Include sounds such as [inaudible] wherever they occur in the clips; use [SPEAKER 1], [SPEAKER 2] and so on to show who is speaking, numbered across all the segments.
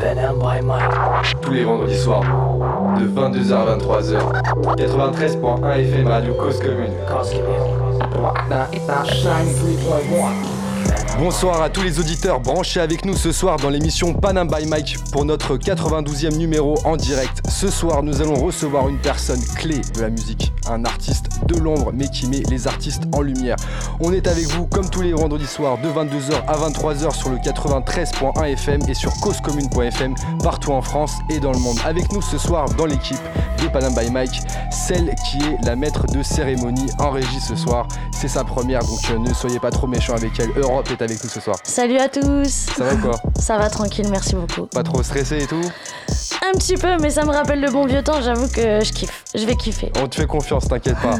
[SPEAKER 1] et Mike.
[SPEAKER 2] Tous les vendredis soirs, de 22h à 23h, 93.1 FM Radio Cause Commune.
[SPEAKER 1] Cause commune.
[SPEAKER 2] Bonsoir à tous les auditeurs branchés avec nous ce soir dans l'émission Panam by Mike pour notre 92e numéro en direct. Ce soir, nous allons recevoir une personne clé de la musique, un artiste de l'ombre mais qui met les artistes en lumière. On est avec vous comme tous les vendredis soirs de 22h à 23h sur le 93.1 FM et sur causecommune.fm partout en France et dans le monde. Avec nous ce soir dans l'équipe des Panam by Mike, celle qui est la maître de cérémonie en régie ce soir. C'est sa première donc euh, ne soyez pas trop méchants avec elle. Europe est avec nous ce soir.
[SPEAKER 3] Salut à tous Ça
[SPEAKER 2] va quoi
[SPEAKER 3] Ça va tranquille, merci beaucoup.
[SPEAKER 2] Pas trop stressé et tout
[SPEAKER 3] Un petit peu, mais ça me rappelle le bon vieux temps, j'avoue que je kiffe. Je vais kiffer.
[SPEAKER 2] On te fait confiance, t'inquiète pas.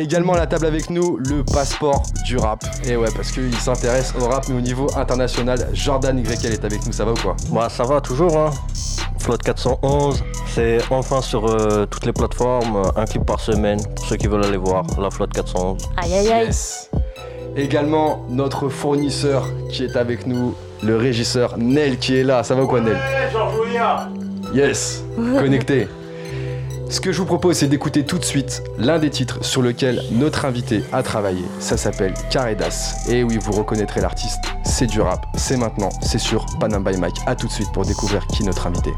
[SPEAKER 2] Également à la table avec nous, le passeport du rap. Et ouais, parce qu'il s'intéresse au rap, mais au niveau international. Jordan YL est avec nous, ça va ou quoi
[SPEAKER 4] Bah ça va toujours, hein. Flotte 411, c'est enfin sur euh, toutes les plateformes, euh, un clip par semaine, pour ceux qui veulent aller voir, la Flotte 411.
[SPEAKER 3] Aïe aïe aïe
[SPEAKER 2] Yes. Également notre fournisseur qui est avec nous, le régisseur Nel qui est là. Ça va ou quoi Nel
[SPEAKER 3] [laughs]
[SPEAKER 2] Yes, connecté. Ce que je vous propose, c'est d'écouter tout de suite l'un des titres sur lequel notre invité a travaillé. Ça s'appelle Caredas. Et oui, vous reconnaîtrez l'artiste. C'est du rap. C'est maintenant. C'est sur Panam by Mike. A tout de suite pour découvrir qui est notre invité.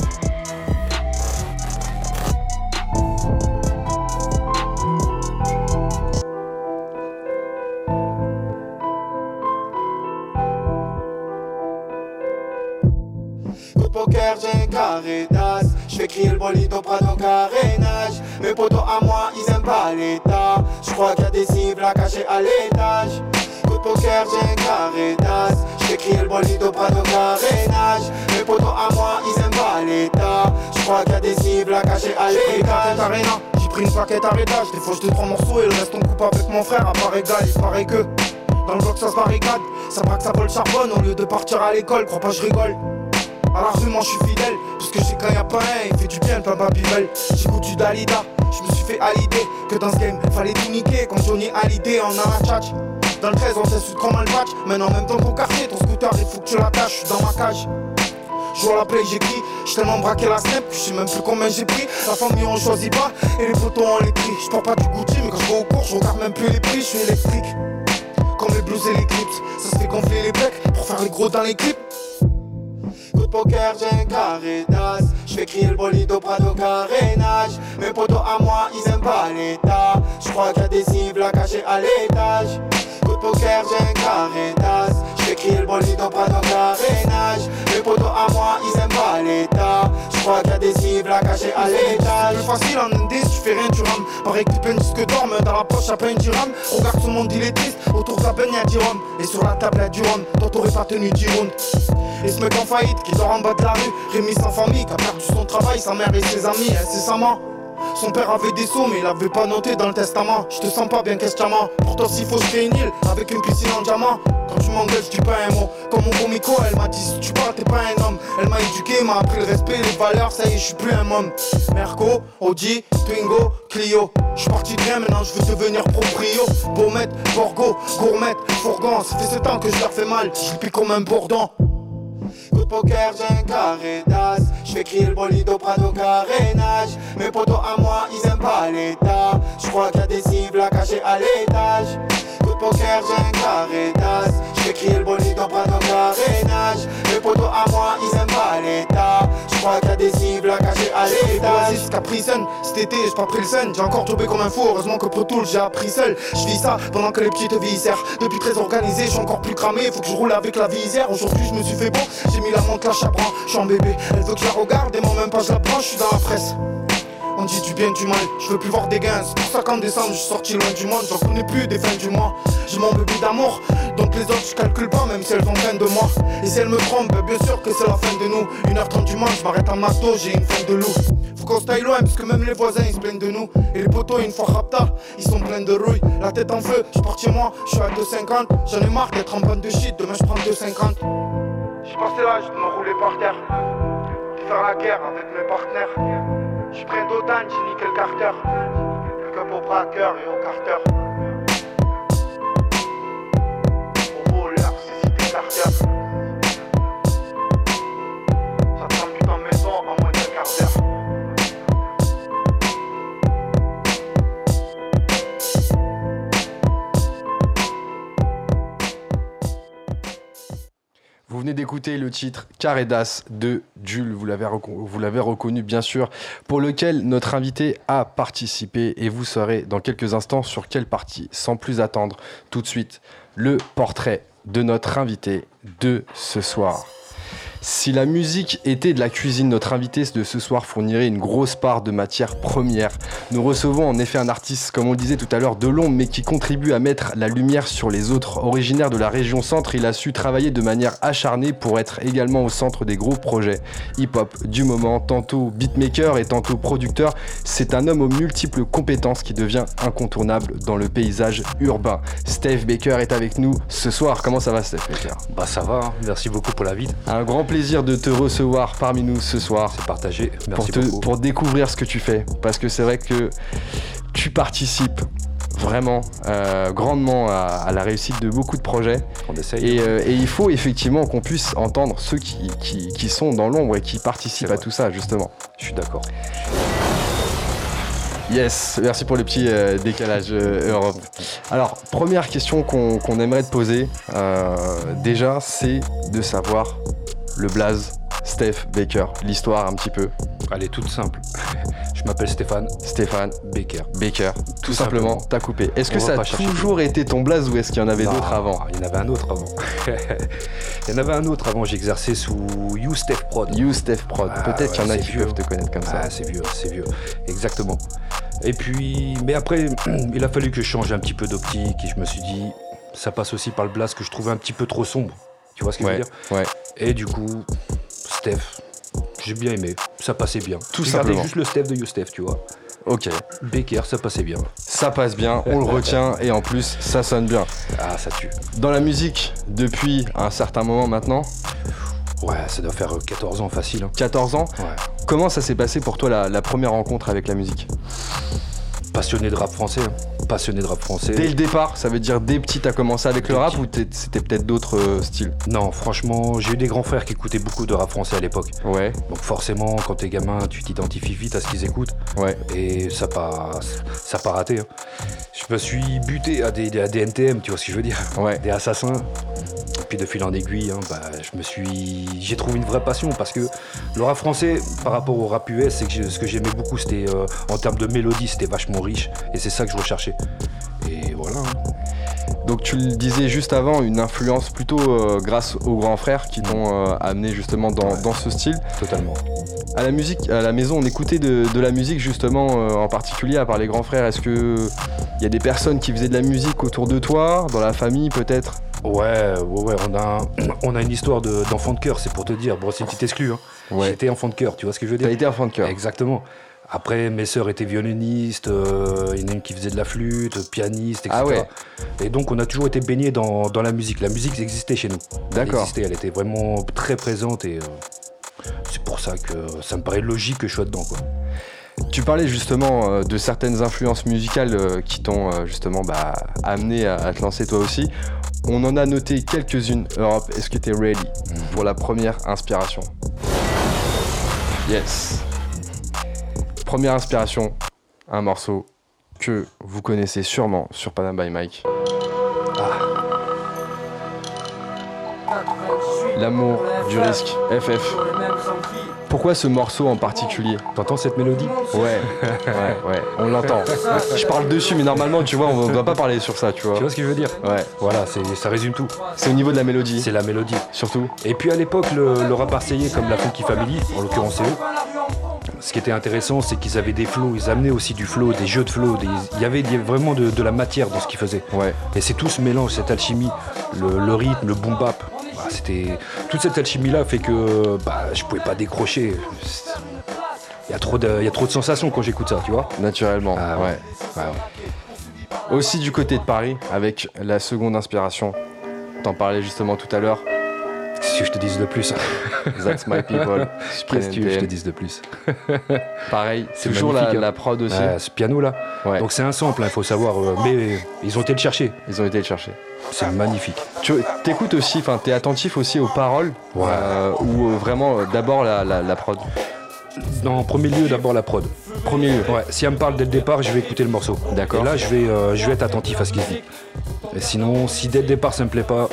[SPEAKER 5] Au poker, j'ai un carré d'as. Je fais crier le bolide au Prado carénage. Mes potos à moi, ils aiment pas l'état. Je crois qu'il y a des cibles à cacher à l'étage. Au poker, j'ai un carré d'as. Je fais crier le bolide au Prado carénage. Mes potos à moi, ils aiment pas l'état. Je crois qu'il y a des cibles à cacher à l'étage. J'ai pris une paquette arrêtage, des fois je te prends morceau et le reste on coupe avec mon frère, à part égal, il paraît que dans le bloc ça se barricade, ça braque, ça vole charbonne, au lieu de partir à l'école, crois pas je rigole. À l'argument, je suis fidèle, parce que j'ai quand y a pas un, il fait du bien, le papa bivelle. J'écoute du Dalida, je me suis fait à l'idée que dans ce game, fallait tout niquer. Quand Johnny a l'idée, on a un tchatch. Dans le 13, on s'insulte comme un match. Maintenant, même dans ton quartier, ton scooter, il faut que tu l'attaches, je suis dans ma cage. Joue à la play, j'écris. J'suis tellement braqué la snap que je sais même plus combien j'ai pris. La famille, on choisit pas, et les photos, on les trie. Je pas du Gucci, mais quand je vais au cours, je regarde même plus les prix, je suis électrique. Comme les blues et les clips, ça se fait gonfler les becs pour faire les gros dans les clips. Coup de poker, j'ai un carré d'as. J'fais crier le bolide au Prado carénage. Mes potos à moi, ils aiment pas l'état. J'crois qu'il y a des cibles à cacher à l'étage. Coup de poker, j'ai un carré d'as. J'fais crier le bolide au Prado carénage. Mes potos à moi, ils aiment pas l'état. J'crois qu'il y a des cibles à cacher à l'étage. Plus facile en indice, tu fais rien, tu rames. Pareil que tu peines jusque dorme, dans la poche, à peine du rame. Regarde tout le monde, il est triste. Autour de sa peine, y'a 10 roms. Et sur la table, y'a du rhum. Tant t'aurais pas tenu 10 rounds. Et ce mec en faillite qui dort en bas de la rue, Rémi sans famille, qui a perdu son travail, sa mère et ses amis incessamment. Son père avait des sous, mais il avait pas noté dans le testament. Je te sens pas bien, questionnement. Pourtant, s'il faut, je crée une île avec une piscine en diamant. Quand tu m'engueules, je dis pas un mot. Comme mon gros micro, elle m'a dit si tu parles, t'es pas un homme. Elle m'a éduqué, m'a appris le respect, les valeurs, ça y est, je suis plus un homme. Merco, Audi, Twingo, Clio. Je suis parti de rien, maintenant je veux devenir proprio. Beaumet, Borgo, Gourmet, Fourgon. Ça fait 7 ans que je leur fais mal, je le pique comme un bourdon. Coup de poker, j'ai un carré d'as. J'fais crier le bolide au Prado carénage. Mes potos à moi, ils aiment pas l'état. J'crois qu'il y a des cibles à cacher à l'étage. Coup de poker, j'ai un carré d'as. J'fais crier le bolide au Prado carénage. Mes potos à moi, ils aiment pas l'état. J'crois qu'il y a des cibles à cacher à l'étage. J'ai jusqu'à prison, cet été, j'ai pas pris le sun. J'ai encore tombé comme un fou, heureusement que Protool, j'ai appris seul. J'vis ça pendant que les petits te visèrent. Depuis très organisé, j'suis encore plus cramé. Faut que je roule avec la visière. Aujourd'hui, je me suis fait beau. J'ai mis la montre, la chabran. J'suis en bébé, elle veut que je la regarde. Et moi, même pas, je la prends, j'suis dans la fraise. On dit du bien, du mal, je veux plus voir des gains. C'est pour ça qu'en décembre, je suis sorti loin du monde, j'en connais plus des fins du mois. J'ai mon bébé d'amour, donc les autres, je calcule pas, même si elles vont fin de moi. Et si elles me trompent, ben bien sûr que c'est la fin de nous. 1h30 du monde, je m'arrête à Mato, j'ai une fin de loup. Faut qu'on se taille loin, parce que même les voisins, ils se plaignent de nous. Et les poteaux, une fois rapta, ils sont pleins de rouille. La tête en feu, je pars chez moi, je suis à 2,50. J'en ai marre d'être en bande de shit, demain je prends 2,50. Je passé l'âge de m'enrouler par terre, de faire la guerre avec mes partenaires. Je suis près d'Otan, j'ai niqué le carter. Comme au braqueur et au carter. Au voleur, c'est cité carter. Ça trempe dans maison,
[SPEAKER 2] Vous venez d'écouter le titre Carédas de Jules, vous l'avez reco- vous l'avez reconnu bien sûr, pour lequel notre invité a participé et vous saurez dans quelques instants sur quelle partie. Sans plus attendre, tout de suite, le portrait de notre invité de ce soir. Si la musique était de la cuisine, notre invité de ce soir fournirait une grosse part de matière première. Nous recevons en effet un artiste, comme on le disait tout à l'heure, de l'ombre, mais qui contribue à mettre la lumière sur les autres. Originaire de la région centre, il a su travailler de manière acharnée pour être également au centre des gros projets hip-hop du moment. Tantôt beatmaker et tantôt producteur, c'est un homme aux multiples compétences qui devient incontournable dans le paysage urbain. Steve Baker est avec nous ce soir. Comment ça va, Steve Baker
[SPEAKER 6] Bah ça va, hein. merci beaucoup pour la vie.
[SPEAKER 2] un grand plaisir de te recevoir parmi nous ce soir
[SPEAKER 6] C'est partagé.
[SPEAKER 2] pour,
[SPEAKER 6] Merci
[SPEAKER 2] te-
[SPEAKER 6] beaucoup.
[SPEAKER 2] pour découvrir ce que tu fais. Parce que c'est vrai que tu participes vraiment euh, grandement à, à la réussite de beaucoup de projets.
[SPEAKER 6] On essaye.
[SPEAKER 2] Et, euh, et il faut effectivement qu'on puisse entendre ceux qui, qui- qui sont dans l'ombre et qui participent
[SPEAKER 6] C'est
[SPEAKER 2] à
[SPEAKER 6] vrai.
[SPEAKER 2] tout ça, justement.
[SPEAKER 6] Je suis d'accord.
[SPEAKER 2] Yes, merci pour le petit euh, décalage euh, Europe. Alors, première question qu'on qu'on aimerait te poser, euh, déjà, c'est de savoir le blaze Steph Baker, l'histoire un petit peu.
[SPEAKER 6] Elle est toute simple. [laughs] Je m'appelle Stéphane
[SPEAKER 2] Stéphane
[SPEAKER 6] Becker.
[SPEAKER 2] Baker, tout,
[SPEAKER 6] Tout
[SPEAKER 2] simplement,
[SPEAKER 6] simplement.
[SPEAKER 2] t'as coupé. Est-ce
[SPEAKER 6] On
[SPEAKER 2] que
[SPEAKER 6] va
[SPEAKER 2] ça
[SPEAKER 6] pas
[SPEAKER 2] a
[SPEAKER 6] chercher
[SPEAKER 2] toujours été ton blaze ou est-ce qu'il y en avait
[SPEAKER 6] Non,
[SPEAKER 2] d'autres avant
[SPEAKER 6] Il y en avait un autre avant. [laughs] il y en avait un autre avant. J'exerçais sous You Steph Prod.
[SPEAKER 2] You Steph Prod,
[SPEAKER 6] Ah,
[SPEAKER 2] peut-être qu'il y en a
[SPEAKER 6] ouais,
[SPEAKER 2] qui
[SPEAKER 6] c'est vieux.
[SPEAKER 2] peuvent te connaître comme ça.
[SPEAKER 6] Ah, c'est vieux, c'est vieux. Exactement. Et puis, mais après, [clears throat] il a fallu que je change un petit peu d'optique et je me suis dit, ça passe aussi par le blast que je trouvais un petit peu trop sombre. Tu vois ce que
[SPEAKER 2] ouais,
[SPEAKER 6] je veux dire
[SPEAKER 2] ouais.
[SPEAKER 6] Et du coup, Steph, j'ai bien aimé. Ça passait bien.
[SPEAKER 2] Tout
[SPEAKER 6] J'ai gardé
[SPEAKER 2] simplement.
[SPEAKER 6] juste le Steph de You Steph, tu vois.
[SPEAKER 2] Ok,
[SPEAKER 6] Becker, ça passait bien.
[SPEAKER 2] ça passe bien,
[SPEAKER 6] [laughs]
[SPEAKER 2] on le retient et en plus, ça sonne bien.
[SPEAKER 6] Ah, ça tue.
[SPEAKER 2] Dans la musique, depuis un certain moment maintenant,
[SPEAKER 6] Ouais, ça doit faire euh, 14 ans facile. hein.
[SPEAKER 2] 14 ans,
[SPEAKER 6] Ouais.
[SPEAKER 2] comment ça s'est passé pour toi la, la première rencontre avec la musique
[SPEAKER 6] Passionné de rap français. hein. Passionné de rap français.
[SPEAKER 2] Dès le départ, ça veut dire dès petit, t'as commencé avec le
[SPEAKER 6] Dès
[SPEAKER 2] rap
[SPEAKER 6] petit.
[SPEAKER 2] ou t'es- c'était peut-être d'autres euh, styles
[SPEAKER 6] Non, franchement, j'ai eu des grands frères qui écoutaient beaucoup de rap français à l'époque.
[SPEAKER 2] Ouais,
[SPEAKER 6] Donc forcément, quand t'es gamin, tu t'identifies vite à ce qu'ils écoutent.
[SPEAKER 2] ouais.
[SPEAKER 6] Et ça pas, ça pas raté. hein. Je me suis buté à des, à des NTM, tu vois ce que je veux dire
[SPEAKER 2] Ouais,
[SPEAKER 6] Des assassins. Et puis de fil en aiguille, hein, bah, je me suis, j'ai trouvé une vraie passion parce que le rap français, par rapport au rap US, c'est que je- ce que j'aimais beaucoup, c'était euh, en termes de mélodie, c'était vachement riche. Et c'est ça que je recherchais. Et voilà. hein.
[SPEAKER 2] donc tu le disais juste avant, une influence plutôt euh, grâce aux grands frères qui t'ont euh, amené justement dans,
[SPEAKER 6] Ouais.
[SPEAKER 2] dans ce style.
[SPEAKER 6] Totalement.
[SPEAKER 2] À la musique, à la maison, on écoutait de, de la musique justement, euh, en particulier à part les grands frères. Est-ce que il y a des personnes qui faisaient de la musique autour de toi, dans la famille peut-être
[SPEAKER 6] Ouais, ouais, ouais, on a, [clears throat] un- on a une histoire de- d'enfant de, cœur, c'est pour te dire. Bon, c'est une petite exclue. Hein. J'étais enfant de cœur, tu vois ce que je veux
[SPEAKER 2] T'as
[SPEAKER 6] dire
[SPEAKER 2] été un fan de cœur.
[SPEAKER 6] Exactement. Après, mes sœurs étaient violonistes, euh, il y en a une qui faisait de la flûte, pianiste, etc.
[SPEAKER 2] Ah ouais.
[SPEAKER 6] Et donc, on a toujours été baignés dans, dans la musique. La musique existait chez nous. Elle
[SPEAKER 2] D'accord.
[SPEAKER 6] existait, elle était vraiment très présente et euh, c'est pour ça que ça me paraît logique que je sois dedans. Quoi.
[SPEAKER 2] Tu parlais justement euh, de certaines influences musicales euh, qui t'ont euh, justement bah, amené à, à te lancer toi aussi. On en a noté quelques-unes. Europe, est-ce que t'es ready pour la première inspiration Yes. Première inspiration, un morceau que vous connaissez sûrement sur Panam by Mike. Ah. L'amour du risque, FF. Pourquoi ce morceau en particulier
[SPEAKER 6] T'entends cette mélodie
[SPEAKER 2] Ouais, ouais, ouais, on l'entend. Je parle dessus, mais normalement, tu vois, on doit pas parler sur ça, tu vois.
[SPEAKER 6] Tu vois ce que je veux dire
[SPEAKER 2] Ouais,
[SPEAKER 6] Voilà, c'est- ça résume tout.
[SPEAKER 2] c'est au niveau de la mélodie,
[SPEAKER 6] C'est la mélodie.
[SPEAKER 2] surtout.
[SPEAKER 6] Et puis à l'époque, le, le rap marseillais, comme la Funky Family, en l'occurrence c'est eux, ce qui était intéressant, c'est qu'ils avaient des flows, ils amenaient aussi du flow, des jeux de flow, des- il y avait des- vraiment de, de la matière dans ce qu'ils faisaient.
[SPEAKER 2] Ouais,
[SPEAKER 6] Et c'est tout ce mélange, cette alchimie, le, le rythme, le boom bap. bah, c'était toute cette alchimie là fait que bah, je pouvais pas décrocher. C'est- Il y a trop de, il y a trop de sensations quand j'écoute ça, tu vois.
[SPEAKER 2] naturellement,
[SPEAKER 6] Ah
[SPEAKER 2] ouais.
[SPEAKER 6] ouais. Ouais, ouais.
[SPEAKER 2] Aussi du côté de Paris, avec la seconde inspiration. T'en parlais justement tout à l'heure.
[SPEAKER 6] Qu'est-ce que je te dise de plus
[SPEAKER 2] That's my people. Super
[SPEAKER 6] [laughs] Qu'est-ce que tu veux que je te
[SPEAKER 2] NTM.
[SPEAKER 6] dise de plus
[SPEAKER 2] Pareil,
[SPEAKER 6] C'est
[SPEAKER 2] toujours la,
[SPEAKER 6] magnifique, hein.
[SPEAKER 2] la prod aussi.
[SPEAKER 6] Ouais, Ce piano là.
[SPEAKER 2] Ouais,
[SPEAKER 6] Donc c'est un sample, il faut savoir. euh, mais ils ont été le chercher.
[SPEAKER 2] ils ont été le chercher.
[SPEAKER 6] C'est magnifique.
[SPEAKER 2] Tu t'écoutes aussi, enfin, t'es attentif aussi aux paroles
[SPEAKER 6] Ouais.
[SPEAKER 2] euh, ou euh, vraiment euh, d'abord la, la, la prod.
[SPEAKER 6] En premier lieu, d'abord la prod.
[SPEAKER 2] Premier lieu.
[SPEAKER 6] Ouais, si elle me parle dès le départ, je vais écouter le morceau.
[SPEAKER 2] D'accord.
[SPEAKER 6] Et là, je vais, euh, je vais être attentif à ce qu'il dit. Et sinon, si dès le départ ça me plaît pas,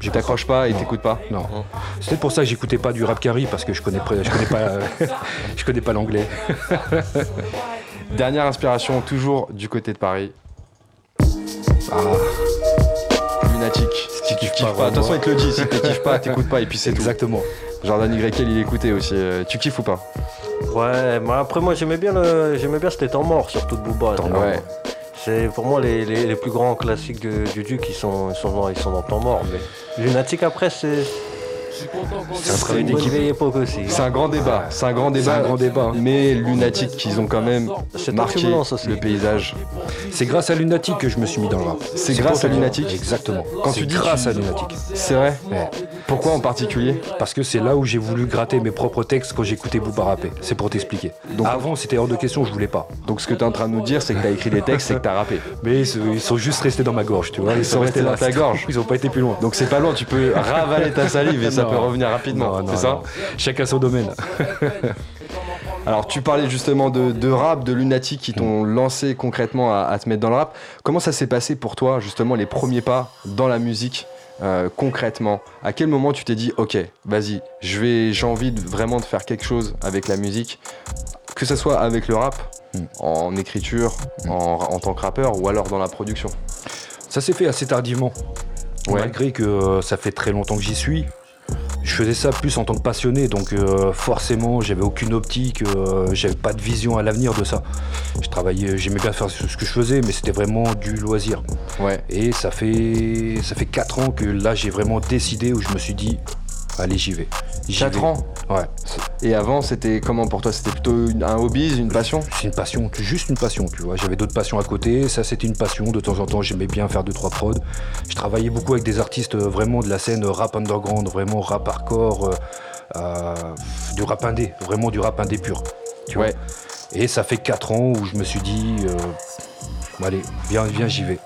[SPEAKER 6] J'écoute-
[SPEAKER 2] T'accroches pas et t'écoutes pas
[SPEAKER 6] Non. C'est peut-être pour ça que j'écoutais pas du rap carry parce que je connais, pas- je connais pas, [laughs] je connais pas l'anglais.
[SPEAKER 2] Dernière inspiration, toujours du côté de Paris. Ah. Lunatique. Si tu kiffes
[SPEAKER 6] pas
[SPEAKER 2] pas, de toute façon, il
[SPEAKER 6] vraiment.
[SPEAKER 2] te le dit. Si tu kiffes [laughs] pas, t'écoutes pas et puis c'est tout.
[SPEAKER 6] Exactement.
[SPEAKER 2] Jordan Grekel, il écoutait aussi. Euh, Tu kiffes ou pas
[SPEAKER 4] Ouais, mais après moi j'aimais bien le... j'aimais bien c'était temps mort surtout de Booba.
[SPEAKER 6] Temps
[SPEAKER 4] tu
[SPEAKER 6] mort.
[SPEAKER 4] vois. C'est pour moi les, les- les plus grands classiques de- du Duc ils sont ils sont dans, ils sont dans temps mort. Mais Lunatique après c'est
[SPEAKER 2] un
[SPEAKER 4] c'est
[SPEAKER 2] travail
[SPEAKER 4] une bonne
[SPEAKER 2] d'équipe.
[SPEAKER 4] vieille époque aussi.
[SPEAKER 2] C'est un grand débat. C'est un grand débat.
[SPEAKER 6] un grand débat, hein.
[SPEAKER 2] Mais Lunatique, qu'ils ont quand même
[SPEAKER 4] C'est
[SPEAKER 2] marqué
[SPEAKER 4] turbulence aussi.
[SPEAKER 2] le paysage.
[SPEAKER 6] C'est grâce à Lunatic que je me suis mis dans le rap.
[SPEAKER 2] C'est grâce à Lunatic
[SPEAKER 6] Exactement.
[SPEAKER 2] Quand
[SPEAKER 6] C'est
[SPEAKER 2] tu dis
[SPEAKER 6] grâce
[SPEAKER 2] tu-
[SPEAKER 6] à Lunatic.
[SPEAKER 2] C'est vrai
[SPEAKER 6] Ouais.
[SPEAKER 2] Pourquoi en particulier
[SPEAKER 6] Parce que c'est là où j'ai voulu gratter mes propres textes quand j'écoutais Booba rapper. C'est pour t'expliquer.
[SPEAKER 2] Donc-
[SPEAKER 6] Avant, c'était hors de question, je voulais pas.
[SPEAKER 2] Donc ce que t'es en train de nous dire, c'est que t'as écrit des textes et que t'as rappé.
[SPEAKER 6] Mais ils se- ils sont juste restés dans ma gorge, tu vois.
[SPEAKER 2] Ils sont restés dans ta gorge.
[SPEAKER 6] Ils ont pas été plus loin.
[SPEAKER 2] Donc c'est pas loin, tu peux ravaler ta salive et ça
[SPEAKER 6] Non.
[SPEAKER 2] peut revenir rapidement.
[SPEAKER 6] Non, non,
[SPEAKER 2] C'est ça
[SPEAKER 6] non. Chacun son domaine.
[SPEAKER 2] Alors tu parlais justement de, de rap, de lunatique qui t'ont lancé concrètement à, à te mettre dans le rap. Comment ça s'est passé pour toi justement les premiers pas dans la musique euh, concrètement À quel moment tu t'es dit ok vas-y je vais j'ai envie de, vraiment de faire quelque chose avec la musique, que ce soit avec le rap,
[SPEAKER 6] Mm.
[SPEAKER 2] en écriture,
[SPEAKER 6] Hmm.
[SPEAKER 2] en, en tant que rappeur ou alors dans la production.
[SPEAKER 6] Ça s'est fait assez tardivement.
[SPEAKER 2] Ouais.
[SPEAKER 6] Malgré que euh, ça fait très longtemps que j'y suis. Je faisais ça plus en tant que passionné, donc euh, forcément j'avais aucune optique, euh, j'avais pas de vision à l'avenir de ça. Je travaillais, j'aimais bien faire ce ce que je faisais, mais c'était vraiment du loisir.
[SPEAKER 2] Ouais.
[SPEAKER 6] Et ça fait ça fait 4 ans que là j'ai vraiment décidé où je me suis dit allez j'y vais. J'y
[SPEAKER 2] Quatre
[SPEAKER 6] vais.
[SPEAKER 2] ans.
[SPEAKER 6] Ouais.
[SPEAKER 2] Et avant c'était comment pour toi C'était plutôt une- un hobby, une passion
[SPEAKER 6] C'est une passion, tu- juste une passion, tu vois. J'avais d'autres passions à côté, ça c'était une passion. De temps en temps, j'aimais bien faire deux trois prods. Je travaillais beaucoup avec des artistes euh, vraiment de la scène euh, rap underground, vraiment rap hardcore, euh, euh, du rap indé, vraiment du rap indé pur. Tu vois.
[SPEAKER 2] Ouais.
[SPEAKER 6] Et ça fait 4 ans où je me suis dit euh, Bon, allez, viens, viens, j'y vais.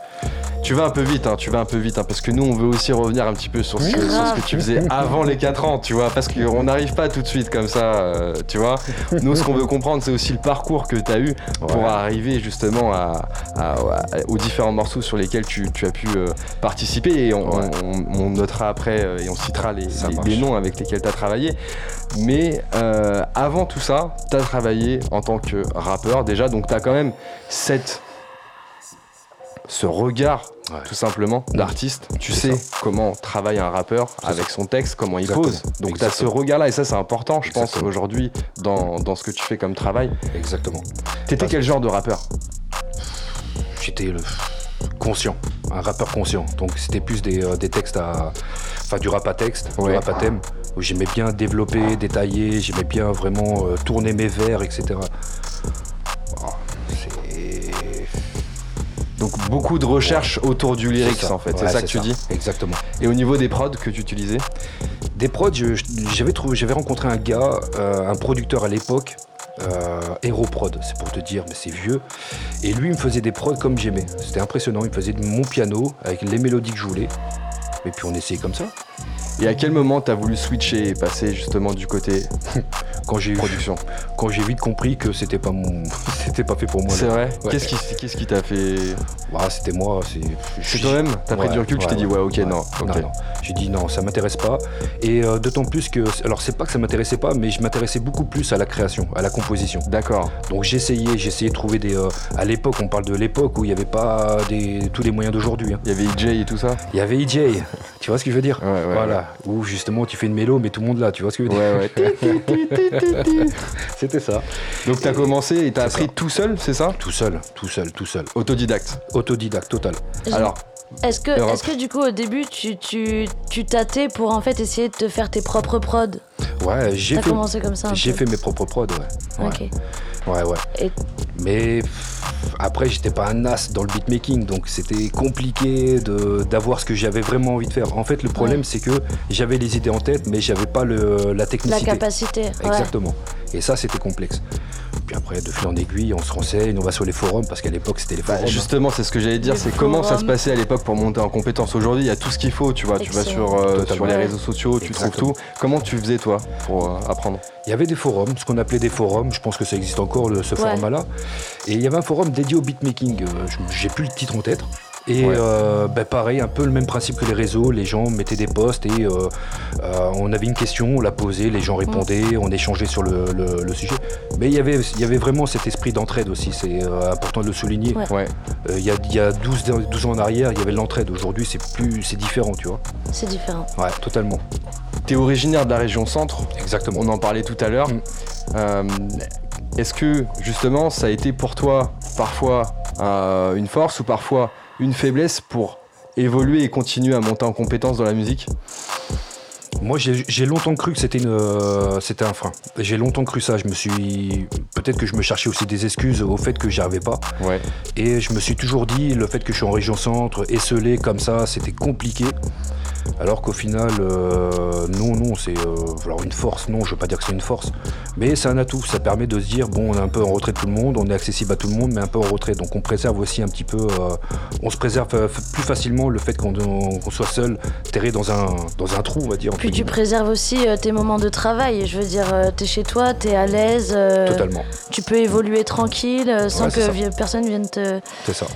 [SPEAKER 2] Tu vas un peu vite, hein, tu vas un peu vite, hein, parce que nous, on veut aussi revenir un petit peu sur ce, que, sur ce que tu
[SPEAKER 6] [laughs]
[SPEAKER 2] faisais avant les 4 ans, tu vois, parce qu'on n'arrive pas tout de suite comme ça, euh, tu vois. Nous, ce qu'on veut comprendre, c'est aussi le parcours que tu as eu pour
[SPEAKER 6] Ouais.
[SPEAKER 2] arriver justement à, à- à- aux différents morceaux sur lesquels tu, tu as pu euh, participer, et on,
[SPEAKER 6] Ouais.
[SPEAKER 2] on- on notera après euh, et on citera les,
[SPEAKER 6] Ça
[SPEAKER 2] les-
[SPEAKER 6] marche.
[SPEAKER 2] les noms avec lesquels tu as travaillé. Mais euh, avant tout ça, tu as travaillé en tant que rappeur déjà, donc tu as quand même cette ce regard
[SPEAKER 6] Ouais.
[SPEAKER 2] tout simplement d'artiste. Tu
[SPEAKER 6] C'est
[SPEAKER 2] sais comment travaille un rappeur avec son texte, comment il
[SPEAKER 6] Exactement.
[SPEAKER 2] pose. Donc tu as ce
[SPEAKER 6] Exactement.
[SPEAKER 2] regard-là et ça c'est important je pense
[SPEAKER 6] Exactement.
[SPEAKER 2] aujourd'hui dans, dans ce que tu fais comme travail.
[SPEAKER 6] Exactement.
[SPEAKER 2] T'étais
[SPEAKER 6] Parce-
[SPEAKER 2] quel genre de rappeur
[SPEAKER 6] j'étais le conscient, un rappeur conscient. Donc c'était plus des, euh, des textes à. Enfin du rap à texte,
[SPEAKER 2] Ouais.
[SPEAKER 6] du rap à thème, où j'aimais bien développer, détailler, j'aimais bien vraiment euh, tourner mes vers, etc. Oh, c'est-
[SPEAKER 2] Donc beaucoup de recherches autour du lyrics en fait, c'est
[SPEAKER 6] Ouais,
[SPEAKER 2] ça que tu dis.
[SPEAKER 6] Exactement.
[SPEAKER 2] Et au niveau des prods que tu utilisais
[SPEAKER 6] Des prods, je- je- j'avais trouvé- j'avais rencontré un gars, euh, un producteur à l'époque, euh, Hero Prod, c'est pour te dire, mais c'est vieux. Et lui, il me faisait des prods comme j'aimais. C'était impressionnant. Il me faisait de mon piano avec les mélodies que je voulais. Et puis on essayait comme ça.
[SPEAKER 2] Et à quel moment t'as voulu switcher et passer justement du côté
[SPEAKER 6] Quand j'ai
[SPEAKER 2] production
[SPEAKER 6] quand j'ai vite compris que c'était pas mon, [laughs] c'était pas fait pour moi.
[SPEAKER 2] C'est vrai
[SPEAKER 6] Ouais.
[SPEAKER 2] Qu'est-ce qui qu'est-ce qui t'a fait
[SPEAKER 6] Ah, c'était moi. C'est
[SPEAKER 2] C'est toi-même T'as pris
[SPEAKER 6] Ouais,
[SPEAKER 2] du recul, tu
[SPEAKER 6] ouais,
[SPEAKER 2] t'es dit ouais ok non. ok.
[SPEAKER 6] Non, non. J'ai dit non, ça m'intéresse pas. Et euh, d'autant plus que, alors c'est pas que ça m'intéressait pas, mais je m'intéressais beaucoup plus à la création, à la composition.
[SPEAKER 2] D'accord.
[SPEAKER 6] Donc j'essayais, j'essayais de trouver des. euh, à l'époque, on parle de l'époque où il n'y avait pas des, tous les moyens d'aujourd'hui. hein.
[SPEAKER 2] Il y avait EJ et tout ça
[SPEAKER 6] Il y avait EJ. Tu vois ce que je veux dire
[SPEAKER 2] Ouais, ouais,
[SPEAKER 6] Voilà. Où justement tu fais une mélo, mais tout le monde là. Tu vois ce que je veux dire
[SPEAKER 2] Ouais, ouais.
[SPEAKER 6] [laughs] C'était ça.
[SPEAKER 2] Donc t'as commencé et t'as
[SPEAKER 6] C'est
[SPEAKER 2] appris tout seul, c'est ça
[SPEAKER 6] Tout seul, tout seul, tout seul.
[SPEAKER 2] Autodidacte.
[SPEAKER 6] Autodidacte total.
[SPEAKER 3] Je-
[SPEAKER 2] Alors,
[SPEAKER 3] Est-ce que,
[SPEAKER 2] Europe.
[SPEAKER 3] est-ce que du coup au début tu, tu, tu tâtais pour en fait essayer de te faire tes propres prods
[SPEAKER 6] Ouais, j'ai
[SPEAKER 3] T'as
[SPEAKER 6] fait.
[SPEAKER 3] commencé comme ça un
[SPEAKER 6] J'ai
[SPEAKER 3] peu.
[SPEAKER 6] fait mes propres prods, ouais. Ouais,
[SPEAKER 3] Ok.
[SPEAKER 6] ouais. ouais.
[SPEAKER 3] Et-
[SPEAKER 6] Mais pff, après, j'étais pas un as dans le beatmaking, donc c'était compliqué de- d'avoir ce que j'avais vraiment envie de faire. En fait, le problème, c'est que j'avais les idées en tête, mais j'avais pas le, la
[SPEAKER 3] La
[SPEAKER 6] technicité.
[SPEAKER 3] capacité. Ouais.
[SPEAKER 6] Exactement. Et ça, c'était complexe. Puis après, de fil en aiguille, on se renseigne, on va sur les forums, parce qu'à l'époque, c'était les
[SPEAKER 2] bah,
[SPEAKER 6] forums.
[SPEAKER 2] justement, c'est ce que j'allais dire,
[SPEAKER 3] Les
[SPEAKER 2] c'est comment ça se
[SPEAKER 3] forums.
[SPEAKER 2] passait à l'époque pour monter en compétence. Aujourd'hui, il y a tout ce qu'il faut, tu vois. Tu vas sur, euh,
[SPEAKER 6] Totalement.
[SPEAKER 2] sur les réseaux sociaux, tu trouves
[SPEAKER 6] Exactement.
[SPEAKER 2] tout. Comment tu faisais, toi, pour euh, apprendre
[SPEAKER 6] Il y avait des forums, ce qu'on appelait des forums, je pense que ça existe encore, le- ce
[SPEAKER 3] Ouais.
[SPEAKER 6] format-là. Et il y avait un forum dédié au beatmaking, euh, je- j'ai plus le titre en tête. Et
[SPEAKER 2] Ouais.
[SPEAKER 6] euh, ben, pareil, un peu le même principe que les réseaux, les gens mettaient des posts et euh, euh, on avait une question, on la posait, les gens répondaient, on échangeait sur le, le- le sujet. Mais il y avait- il y avait vraiment cet esprit d'entraide aussi, c'est euh, important de le souligner.
[SPEAKER 3] Ouais.
[SPEAKER 2] Ouais.
[SPEAKER 6] Euh, Il y a, il y a 12, ans- 12 ans en arrière, il y avait l'entraide. Aujourd'hui, c'est plus, c'est différent, tu vois.
[SPEAKER 3] C'est différent.
[SPEAKER 6] Ouais, totalement.
[SPEAKER 2] T'es originaire de la région centre,
[SPEAKER 6] Exactement.
[SPEAKER 2] on en parlait tout à l'heure.
[SPEAKER 6] Mm.
[SPEAKER 2] Euh, Est-ce que justement ça a été pour toi parfois euh, une force ou parfois une faiblesse pour évoluer et continuer à monter en compétence dans la musique
[SPEAKER 6] Moi, j'ai j'ai longtemps cru que c'était une, euh, c'était un frein. J'ai longtemps cru ça. Je me suis, peut-être que je me cherchais aussi des excuses au fait que j'y arrivais pas.
[SPEAKER 2] Ouais.
[SPEAKER 6] Et je me suis toujours dit, le fait que je suis en région centre, esselé comme ça, c'était compliqué. Alors qu'au final, euh, non, non, c'est euh, alors une force. Non, je veux pas dire que c'est une force, mais c'est un atout. Ça permet de se dire, bon, on est un peu en retrait de tout le monde, on est accessible à tout le monde, mais un peu en retrait. Donc on préserve aussi un petit peu, euh, on se préserve euh, f- plus facilement le fait qu'on qu'on soit seul, terré dans un dans un trou, on va dire. entre
[SPEAKER 3] Puis tu
[SPEAKER 6] guillemets.
[SPEAKER 3] préserves aussi euh, tes moments de travail. Je veux dire, euh, t'es chez toi, t'es à l'aise, euh,
[SPEAKER 6] Totalement,
[SPEAKER 3] tu peux évoluer tranquille euh, sans
[SPEAKER 6] Ouais, c'est
[SPEAKER 3] que
[SPEAKER 6] ça.
[SPEAKER 3] vi- personne vienne te.
[SPEAKER 6] c'est ça.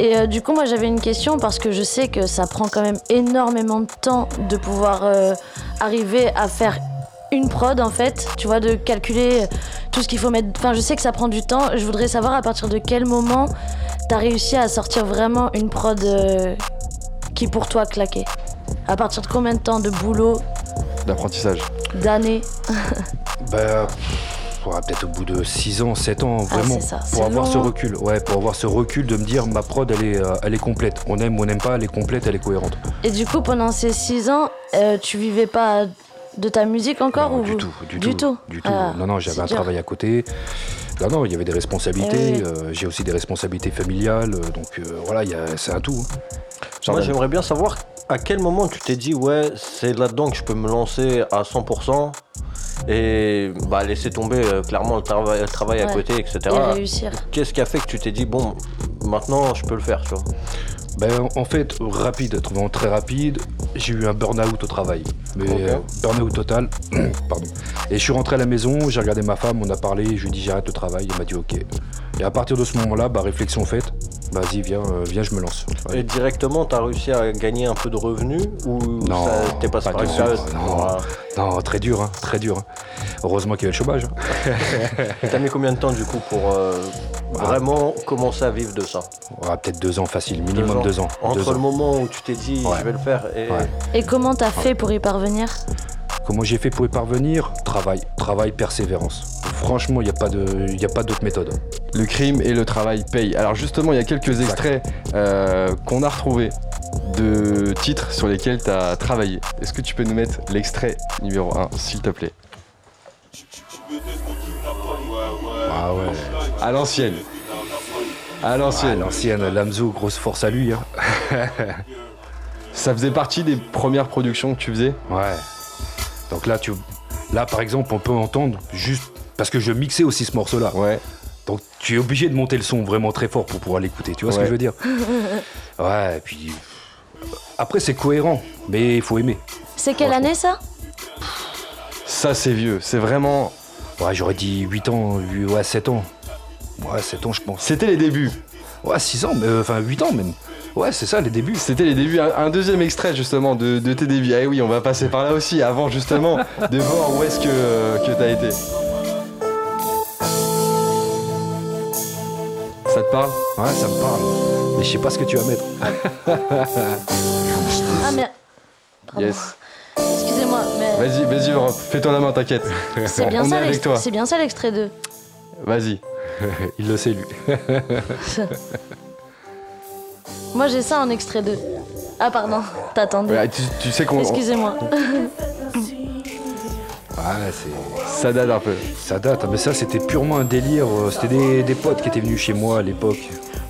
[SPEAKER 3] Et euh, du coup, moi j'avais une question parce que je sais que ça prend quand même énormément de temps de pouvoir euh, arriver à faire une prod en fait, tu vois, de calculer tout ce qu'il faut mettre. Enfin, je sais que ça prend du temps. Je voudrais savoir à partir de quel moment t'as réussi à sortir vraiment une prod euh, qui pour toi claquait. À partir de combien de temps de boulot,
[SPEAKER 2] D'apprentissage.
[SPEAKER 3] d'années
[SPEAKER 6] Bah, pff, ouais, peut-être au bout de 6 ans, 7 ans, vraiment.
[SPEAKER 3] Ah, c'est ça, c'est
[SPEAKER 6] pour avoir
[SPEAKER 3] long,
[SPEAKER 6] ce
[SPEAKER 3] hein.
[SPEAKER 6] recul. Ouais, pour avoir ce recul de me dire ma prod, elle est, euh, elle est complète. On aime ou on n'aime pas, elle est complète, elle est cohérente.
[SPEAKER 3] Et du coup, pendant ces six ans, euh, tu vivais pas de ta musique encore
[SPEAKER 6] Non,
[SPEAKER 3] ou
[SPEAKER 6] du tout, du,
[SPEAKER 3] du
[SPEAKER 6] tout.
[SPEAKER 3] tout.
[SPEAKER 6] Du tout.
[SPEAKER 3] Ah,
[SPEAKER 6] non, non,
[SPEAKER 3] c'est
[SPEAKER 6] j'avais un
[SPEAKER 3] dur.
[SPEAKER 6] travail à côté. Non, non, il y avait des responsabilités.
[SPEAKER 3] Eh oui.
[SPEAKER 6] euh, J'ai aussi des responsabilités familiales. euh, Donc euh, voilà, il y a- c'est un tout. hein.
[SPEAKER 4] Moi,
[SPEAKER 2] Jordan.
[SPEAKER 4] j'aimerais bien savoir à quel moment tu t'es dit, ouais, c'est là-dedans que je peux me lancer à 100% et bah, laisser tomber euh, clairement le travail, le travail à
[SPEAKER 3] Ouais.
[SPEAKER 4] côté, etc.
[SPEAKER 3] Et
[SPEAKER 2] Ah.
[SPEAKER 3] réussir.
[SPEAKER 4] Qu'est-ce qui a fait que tu t'es dit, bon, maintenant je peux le faire, tu vois
[SPEAKER 6] Ben, en fait, rapide, trouvant très rapide, j'ai eu un burn-out au travail. Mais
[SPEAKER 4] Ok.
[SPEAKER 6] euh, burn-out total, [clears throat] pardon. Et je suis rentré à la maison, j'ai regardé ma femme, on a parlé, je lui ai dit j'arrête le travail, elle m'a dit ok. Et à partir de ce moment-là, bah, réflexion faite, bah, vas-y, viens, euh, viens, je me lance.
[SPEAKER 4] Et directement, t'as réussi à gagner un peu de revenus ou
[SPEAKER 6] Non,
[SPEAKER 4] ça- t'es passé
[SPEAKER 6] pas
[SPEAKER 4] par une
[SPEAKER 6] du tout,
[SPEAKER 4] période
[SPEAKER 6] non.
[SPEAKER 4] Voilà.
[SPEAKER 6] Non, très dur, hein, très dur. hein. Heureusement qu'il y avait le chômage. hein.
[SPEAKER 4] Et T'as mis combien de temps du coup pour euh,
[SPEAKER 6] Bah,
[SPEAKER 4] vraiment commencer à vivre de ça
[SPEAKER 6] Ouais, Peut-être deux ans facile, minimum deux ans.
[SPEAKER 4] Entre
[SPEAKER 6] deux
[SPEAKER 4] le
[SPEAKER 6] ans.
[SPEAKER 4] moment où tu t'es dit,
[SPEAKER 6] Ouais.
[SPEAKER 4] je vais le faire et.
[SPEAKER 6] Ouais.
[SPEAKER 3] Et comment t'as fait pour y parvenir
[SPEAKER 6] Comment j'ai fait pour y parvenir Travail, travail, persévérance. Franchement, il n'y a pas de- il y a pas d'autre méthode.
[SPEAKER 2] Le crime et le travail payent. Alors justement, il y a quelques
[SPEAKER 6] Exact.
[SPEAKER 2] extraits euh, qu'on a retrouvés de titres sur lesquels tu as travaillé. Est-ce que tu peux nous mettre l'extrait numéro 1, s'il te plaît
[SPEAKER 6] Ah ouais.
[SPEAKER 2] À l'ancienne. À
[SPEAKER 6] Ah,
[SPEAKER 2] l'ancienne.
[SPEAKER 6] L'ancienne Lamzo, grosse force à lui. hein.
[SPEAKER 2] Ça faisait partie des premières productions que tu faisais
[SPEAKER 6] Ouais. Donc là, tu... là, par exemple, on peut entendre juste parce que je mixais aussi ce morceau-là.
[SPEAKER 2] Ouais.
[SPEAKER 6] Donc tu es obligé de monter le son vraiment très fort pour pouvoir l'écouter. Tu vois ce
[SPEAKER 2] Ouais.
[SPEAKER 6] que
[SPEAKER 2] [laughs]
[SPEAKER 6] je veux dire Ouais. Et puis après, c'est cohérent, mais il faut aimer.
[SPEAKER 3] C'est quelle
[SPEAKER 6] Franchement.
[SPEAKER 3] année ça
[SPEAKER 2] Ça, c'est vieux. C'est vraiment.
[SPEAKER 6] Ouais, j'aurais dit 8 ans, huit- ouais, 7 ans. Ouais, 7 ans, je pense.
[SPEAKER 2] C'était les débuts.
[SPEAKER 6] Ouais, 6 ans, mais, euh, enfin 8 ans même. Ouais, c'est ça, les débuts.
[SPEAKER 2] C'était les débuts. Un, un deuxième extrait, justement, de, de tes débuts. Ah oui, on va passer par là aussi, avant, justement, de voir où est-ce que, que t'as été. Ça te parle
[SPEAKER 6] Ouais, ça me parle. Mais je sais pas ce que tu vas mettre.
[SPEAKER 3] Ah mais Pardon.
[SPEAKER 2] Yes.
[SPEAKER 3] excusez-moi, mais
[SPEAKER 2] Vas-y, vas-y, Europe. Fais-toi la main, t'inquiète.
[SPEAKER 3] [laughs] c'est bien
[SPEAKER 2] on est
[SPEAKER 3] ça
[SPEAKER 2] avec
[SPEAKER 3] l'extr-
[SPEAKER 2] toi.
[SPEAKER 3] C'est bien ça l'extrait 2.
[SPEAKER 2] Vas-y. [laughs]
[SPEAKER 6] Il le sait, lui.
[SPEAKER 3] Moi j'ai ça en extrait 2. Ah pardon, t'attendais.
[SPEAKER 2] Ouais, tu, tu sais qu'on.
[SPEAKER 3] Excusez-moi.
[SPEAKER 6] Ouais, c'est.
[SPEAKER 2] Ça date un peu.
[SPEAKER 6] Ça date, ah, mais ça c'était purement un délire. euh, C'était des, des potes qui étaient venus chez moi à l'époque.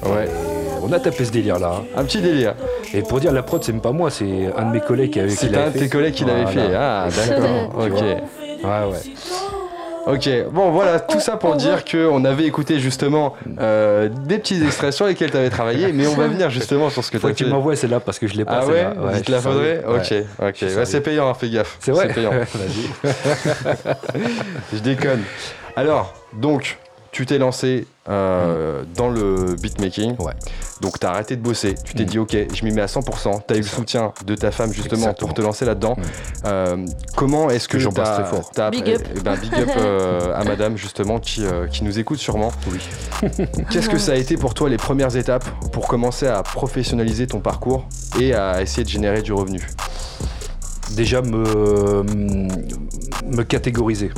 [SPEAKER 2] Ouais.
[SPEAKER 6] On a tapé ce hein. délire là.
[SPEAKER 2] Un petit délire.
[SPEAKER 6] Et pour dire la prod, c'est même pas moi, c'est un de mes collègues qui avait qui
[SPEAKER 2] C'est
[SPEAKER 6] l'avait
[SPEAKER 2] un de
[SPEAKER 6] fait.
[SPEAKER 2] tes collègues qui l'avait
[SPEAKER 6] Voilà.
[SPEAKER 2] fait. Ah,
[SPEAKER 3] [laughs]
[SPEAKER 2] d'accord.
[SPEAKER 6] Tu vois.
[SPEAKER 2] ok.
[SPEAKER 6] [laughs] Ouais, ouais.
[SPEAKER 2] Ok, bon voilà, tout ça pour dire qu'on avait écouté justement euh, des petits extraits sur lesquels tu avais travaillé, mais on va venir justement sur ce que tu
[SPEAKER 6] Faut que
[SPEAKER 2] as
[SPEAKER 6] tu
[SPEAKER 2] fait.
[SPEAKER 6] m'envoies celle-là parce que je l'ai pas.
[SPEAKER 2] Ah ouais,
[SPEAKER 6] celle-là.
[SPEAKER 2] Il te
[SPEAKER 6] je
[SPEAKER 2] la
[SPEAKER 6] suis servi.
[SPEAKER 2] faudrait
[SPEAKER 6] Ouais.
[SPEAKER 2] Ok, ok.
[SPEAKER 6] suis
[SPEAKER 2] Ouais,
[SPEAKER 6] servi.
[SPEAKER 2] c'est payant, hein, fais gaffe.
[SPEAKER 6] C'est [laughs] vrai
[SPEAKER 2] payant.
[SPEAKER 6] Vas-y.
[SPEAKER 2] Je déconne. Alors, donc, tu t'es lancé euh, dans le beatmaking.
[SPEAKER 6] Mm. Ouais.
[SPEAKER 2] Donc t'as arrêté de bosser. Tu t'es
[SPEAKER 6] Mm.
[SPEAKER 2] dit ok, je m'y mets à 100%. T'as eu le soutien de ta femme justement
[SPEAKER 6] Exactement.
[SPEAKER 2] pour te lancer là-dedans.
[SPEAKER 6] Mm.
[SPEAKER 2] Euh, comment est-ce que
[SPEAKER 6] Que j'embrasse
[SPEAKER 2] t'as-
[SPEAKER 6] très fort.
[SPEAKER 2] t'as-
[SPEAKER 3] Big up.
[SPEAKER 2] eh ben, big
[SPEAKER 3] [laughs]
[SPEAKER 2] up euh, à Madame justement qui, euh, qui nous écoute sûrement.
[SPEAKER 6] Oui.
[SPEAKER 2] [laughs] Qu'est-ce que ça a été pour toi les premières étapes pour commencer à professionnaliser ton parcours et à essayer de générer du revenu
[SPEAKER 6] déjà me, me catégoriser.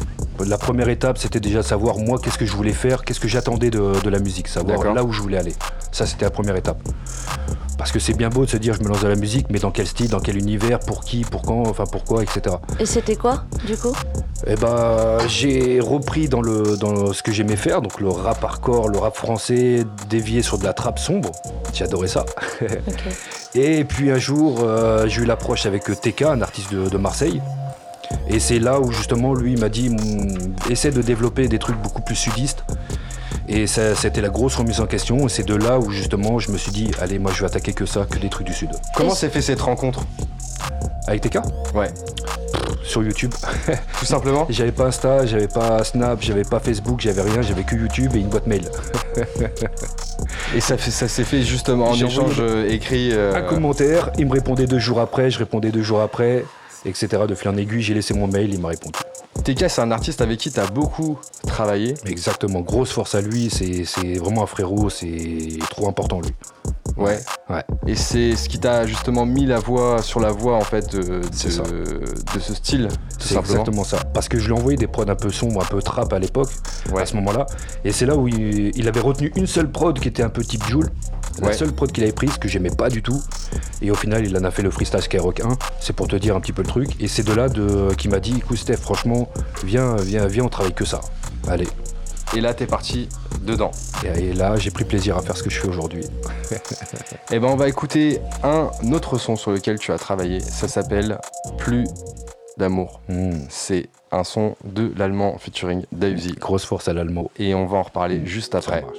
[SPEAKER 6] La première étape, c'était déjà de savoir moi qu'est-ce que je voulais faire, qu'est-ce que j'attendais de, de la musique, savoir
[SPEAKER 2] D'accord.
[SPEAKER 6] là où je voulais aller. Ça, c'était la première étape. Parce que c'est bien beau de se dire je me lance dans la musique, mais dans quel style, dans quel univers, pour qui, pour quand, enfin pourquoi, etc.
[SPEAKER 3] Et c'était quoi, du coup
[SPEAKER 6] Eh ben, j'ai repris dans, le, dans ce que j'aimais faire, donc le rap hardcore, le rap français, dévié sur de la trappe sombre. J'adorais ça.
[SPEAKER 3] Ok.
[SPEAKER 6] Et puis un jour, euh, j'ai eu l'approche avec TK, un artiste de, de Marseille. Et c'est là où justement, lui il m'a dit Mm, essaie de développer des trucs beaucoup plus sudistes. Et ça, c'était la grosse remise en question. Et c'est de là où justement, je me suis dit allez, moi, je vais attaquer que ça, que des trucs du sud.
[SPEAKER 2] Comment
[SPEAKER 3] Et-
[SPEAKER 2] s'est fait cette rencontre
[SPEAKER 6] Avec TK
[SPEAKER 2] Ouais.
[SPEAKER 6] Sur YouTube.
[SPEAKER 2] Tout simplement
[SPEAKER 6] J'avais pas Insta, j'avais pas Snap, j'avais pas Facebook, j'avais rien, j'avais que YouTube et une boîte mail.
[SPEAKER 2] Et ça, fait- ça s'est fait justement en
[SPEAKER 6] J'ai envoyé Ah,
[SPEAKER 2] échange euh, écrit. euh,
[SPEAKER 6] Un commentaire, il me répondait deux jours après, je répondais deux jours après, etc. De fil en aiguille, j'ai laissé mon mail, il m'a répondu.
[SPEAKER 2] TK, c'est un artiste avec qui tu as beaucoup travaillé.
[SPEAKER 6] Exactement, grosse force à lui, c'est c'est vraiment un frérot, c'est trop important lui.
[SPEAKER 2] Ouais.
[SPEAKER 6] Ouais.
[SPEAKER 2] Et c'est ce qui t'a justement mis la voix sur la voix en fait de, de-
[SPEAKER 6] C'est ça.
[SPEAKER 2] de ce style, tout
[SPEAKER 6] C'est
[SPEAKER 2] simplement.
[SPEAKER 6] exactement ça. Parce que je lui ai envoyé des prods un peu sombres, un peu trap à l'époque,
[SPEAKER 2] Ouais.
[SPEAKER 6] à ce moment-là. Et c'est là où il, il avait retenu une seule prod qui était un peu type Joule. La
[SPEAKER 2] Ouais.
[SPEAKER 6] seule prod qu'il avait prise que j'aimais pas du tout. Et au final, il en a fait le freestyle Skyrock 1. C'est pour te dire un petit peu le truc. Et c'est de là de, qu'il m'a dit écoute, Steph, franchement, viens, viens, viens, on travaille que ça. Allez.
[SPEAKER 2] Et là, t'es parti dedans.
[SPEAKER 6] Et, et là, j'ai pris plaisir à faire ce que je fais aujourd'hui.
[SPEAKER 2] Et ben, on va écouter un autre son sur lequel tu as travaillé. Ça s'appelle Plus d'amour.
[SPEAKER 6] Hmm.
[SPEAKER 2] C'est un son de l'allemand featuring Dausi.
[SPEAKER 6] Grosse force à l'allemand.
[SPEAKER 2] Et on va en reparler juste
[SPEAKER 6] Ça
[SPEAKER 2] après.
[SPEAKER 6] marche.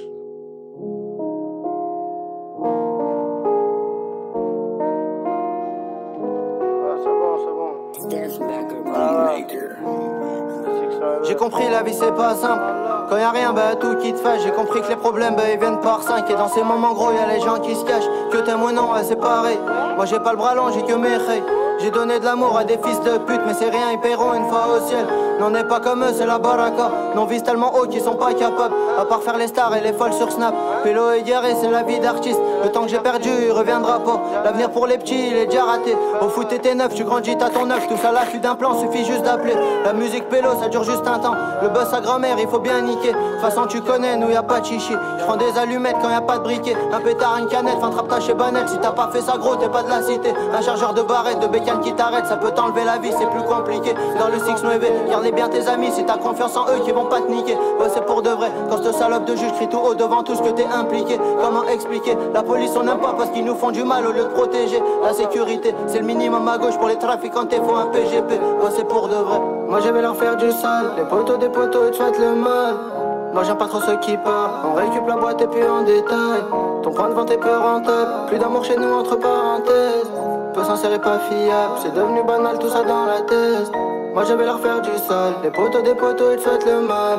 [SPEAKER 7] J'ai compris la vie c'est pas simple Quand y a rien bah tout qui te fait J'ai compris que les problèmes bah ils viennent par 5 Et dans ces moments gros y a les gens qui se cachent Que t'aimes ou non ouais, c'est pareil Moi j'ai pas le bras long j'ai que mes rails J'ai donné de l'amour à des fils de pute Mais c'est rien ils paieront une fois au ciel N'en est pas comme eux c'est la baraka Non vise tellement haut qu'ils sont pas capables À part faire les stars et les folles sur Snap Pélo égaré c'est la vie d'artiste Le temps que j'ai perdu il reviendra pas L'avenir pour les petits il est déjà raté Au foot t'étais neuf tu grandis t'as ton œuf Tout ça l'affût d'un plan suffit juste d'appeler La musique pélo ça dure juste un temps Le boss à grand-mère il faut bien niquer De toute façon tu connais nous y a pas de chichi Je prends des allumettes quand y a pas de briquet Un pétard une canette fin trappe ta chez Banel Si t'as pas fait ça gros t'es pas de la cité Un chargeur de barrettes de bécane qui t'arrête Ça peut t'enlever la vie c'est plus compliqué Dans le 6-9 garde les bien tes amis Si t'as confiance en eux qui vont pas te niquer Ouais c'est pour de vrai Quand ce salope de juge crie tout haut devant tout ce que t'es impliqué Comment expliquer La police on n'aime pas parce qu'ils nous font du mal au lieu de protéger La sécurité c'est le minimum à gauche pour les trafiquants t'es faut un PGP Ouais Bah, c'est pour de vrai Moi je vais leur faire du sale Les poteaux des poteaux ils te faites le mal Moi j'aime pas trop ceux qui partent On récup la boîte et puis on détaille Ton point de vente est peu rentable Plus d'amour chez nous entre parenthèses Peu sincère et pas fiable C'est devenu banal tout ça dans la tête Moi je vais leur faire du sale Les poteaux des poteaux ils te faites le mal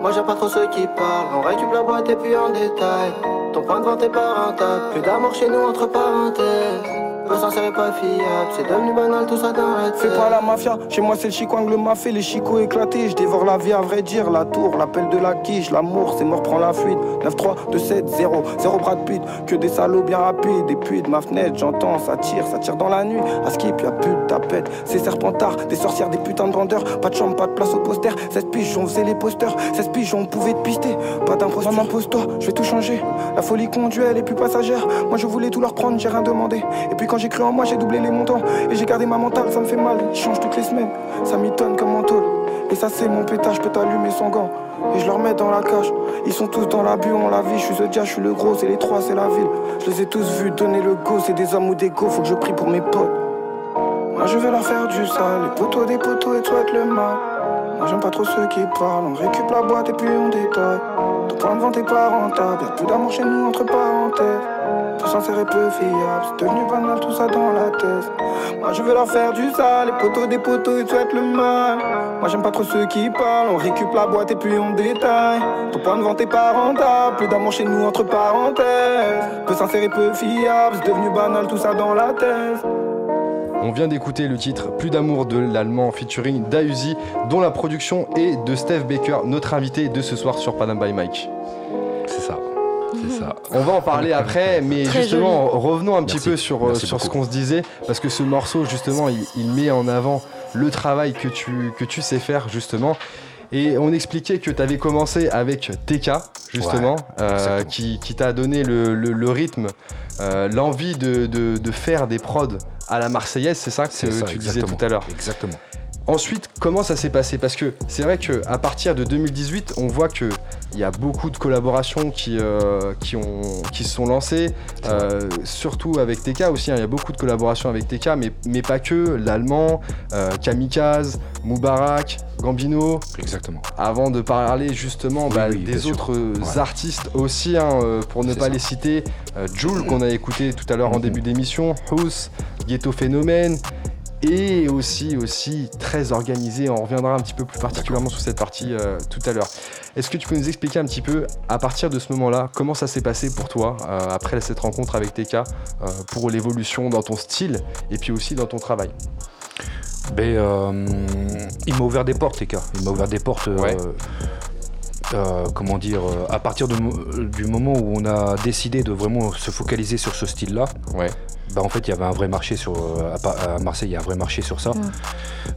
[SPEAKER 7] moi j'aime pas trop ceux qui parlent, on récupère la boîte et puis on détaille. Ton point de vente est pas rentable, plus d'amour chez nous entre parenthèses. Peu sincère et pas fiable, c'est devenu banal tout ça dans la tête.
[SPEAKER 8] C'est pas la mafia, chez moi c'est le chico angle mafé, les chicots éclatés, je dévore la vie à vrai dire, la tour, l'appel de la quiche, l'amour, c'est mort, prend la fuite, 9-3, 2-7, 0, 0 bras de pute, que des salauds bien rapides, et puis de ma fenêtre, j'entends, ça tire, ça tire dans la nuit, à skip, y'a plus de tapette, c'est serpentard, des sorcières, des putains de vendeurs, pas de chambre, pas de place au poster, 16 piges, on faisait les posters, 16 piges, on pouvait te pister, pas d'imposteur, non, impose-toi, je vais tout changer, la folie conduit, elle est plus passagère, moi je voulais tout leur prendre, j'ai rien demandé, et puis quand j'ai cru en moi, j'ai doublé les montants, et j'ai gardé ma mentale, ça me fait mal, je change toutes les semaines, ça m'étonne comme un tôle. Et ça c'est mon pétard, je peux t'allumer sans gants. Et je leur mets dans la cage. Ils sont tous dans l'abus, on la vie. Je suis The Dia, je suis le gros, c'est les trois, c'est la ville. Je les ai tous vus donner le go, c'est des hommes ou des go, faut que je prie pour mes potes. Moi je vais leur faire du sale, les poteaux des poteaux et souhaitent le mal. Moi j'aime pas trop ceux qui parlent, on récupère la boîte et puis on détaille. Ton point de vente est pas rentable, y'a plus d'amour chez nous entre parenthèses. Tout sincère et peu fiable, c'est devenu banal tout ça dans la tête. Moi je veux leur faire du sale, les poteaux des poteaux ils te souhaitent le mal. Moi j'aime pas trop ceux qui parlent, on récup la boîte et puis on détaille. Ton point de vente est pas rentable, plus d'amour chez nous entre parenthèses. Peu sincère et peu fiable, c'est devenu banal tout ça dans la tête.
[SPEAKER 2] On vient d'écouter le titre Plus d'amour de l'allemand featuring Dausi, dont la production est de Steph Baker, notre invité de ce soir sur Panam by Mike.
[SPEAKER 6] C'est ça.
[SPEAKER 2] [laughs]
[SPEAKER 6] C'est ça.
[SPEAKER 2] On va en
[SPEAKER 6] [laughs]
[SPEAKER 2] parler après, mais
[SPEAKER 3] Très
[SPEAKER 2] justement, revenons un petit
[SPEAKER 6] Merci.
[SPEAKER 2] peu sur, euh,
[SPEAKER 6] Merci
[SPEAKER 2] sur ce
[SPEAKER 6] beaucoup.
[SPEAKER 2] qu'on se disait, parce que ce morceau, justement, il, il met en avant le travail que tu, que tu sais faire, justement. Et on expliquait que tu avais commencé avec TK, justement, euh,
[SPEAKER 6] exactement.
[SPEAKER 2] qui, qui t'a donné le, le- le rythme, euh, l'envie de, de- de faire des prods à la Marseillaise, c'est ça que
[SPEAKER 6] C'est ça,
[SPEAKER 2] tu disais
[SPEAKER 6] exactement.
[SPEAKER 2] tout à l'heure.
[SPEAKER 6] Exactement.
[SPEAKER 2] Ensuite, comment ça s'est passé Parce que c'est vrai que à partir de 2018, on voit que il y a beaucoup de collaborations qui, euh, qui, ont, qui se sont lancées, euh, surtout avec TK aussi. hein, Il y a beaucoup de collaborations avec TK, mais, mais pas que. L'allemand, euh, Kamikaze, Moubarak, Gambino,
[SPEAKER 6] Exactement.
[SPEAKER 2] avant de parler justement
[SPEAKER 6] Oui,
[SPEAKER 2] bah,
[SPEAKER 6] oui, bien
[SPEAKER 2] des
[SPEAKER 6] sûr.
[SPEAKER 2] autres
[SPEAKER 6] Ouais.
[SPEAKER 2] artistes aussi, hein, euh, pour ne
[SPEAKER 6] C'est
[SPEAKER 2] pas
[SPEAKER 6] ça. Mm.
[SPEAKER 2] les citer, euh, Jules qu'on a écouté tout à l'heure en
[SPEAKER 6] Mhm.
[SPEAKER 2] début d'émission, House, Ghetto Phénomène, et aussi aussi très organisé, on reviendra un petit peu plus particulièrement sur cette partie euh, tout à l'heure. Est-ce que tu peux nous expliquer un petit peu, à partir de ce moment-là, comment ça s'est passé pour toi, euh, après cette rencontre avec TK, euh, pour l'évolution dans ton style, et puis aussi dans ton travail
[SPEAKER 6] Ben, euh, il m'a ouvert des portes, TK. Il m'a ouvert des portes. euh,
[SPEAKER 2] Ouais.
[SPEAKER 6] euh, comment dire euh, À partir de mo- du moment où on a décidé de vraiment se focaliser sur ce style-là,
[SPEAKER 2] Ouais.
[SPEAKER 6] bah en fait, il y avait un vrai marché sur euh, à Pa- à, Marseille, il y a un vrai marché sur ça.
[SPEAKER 3] Ouais.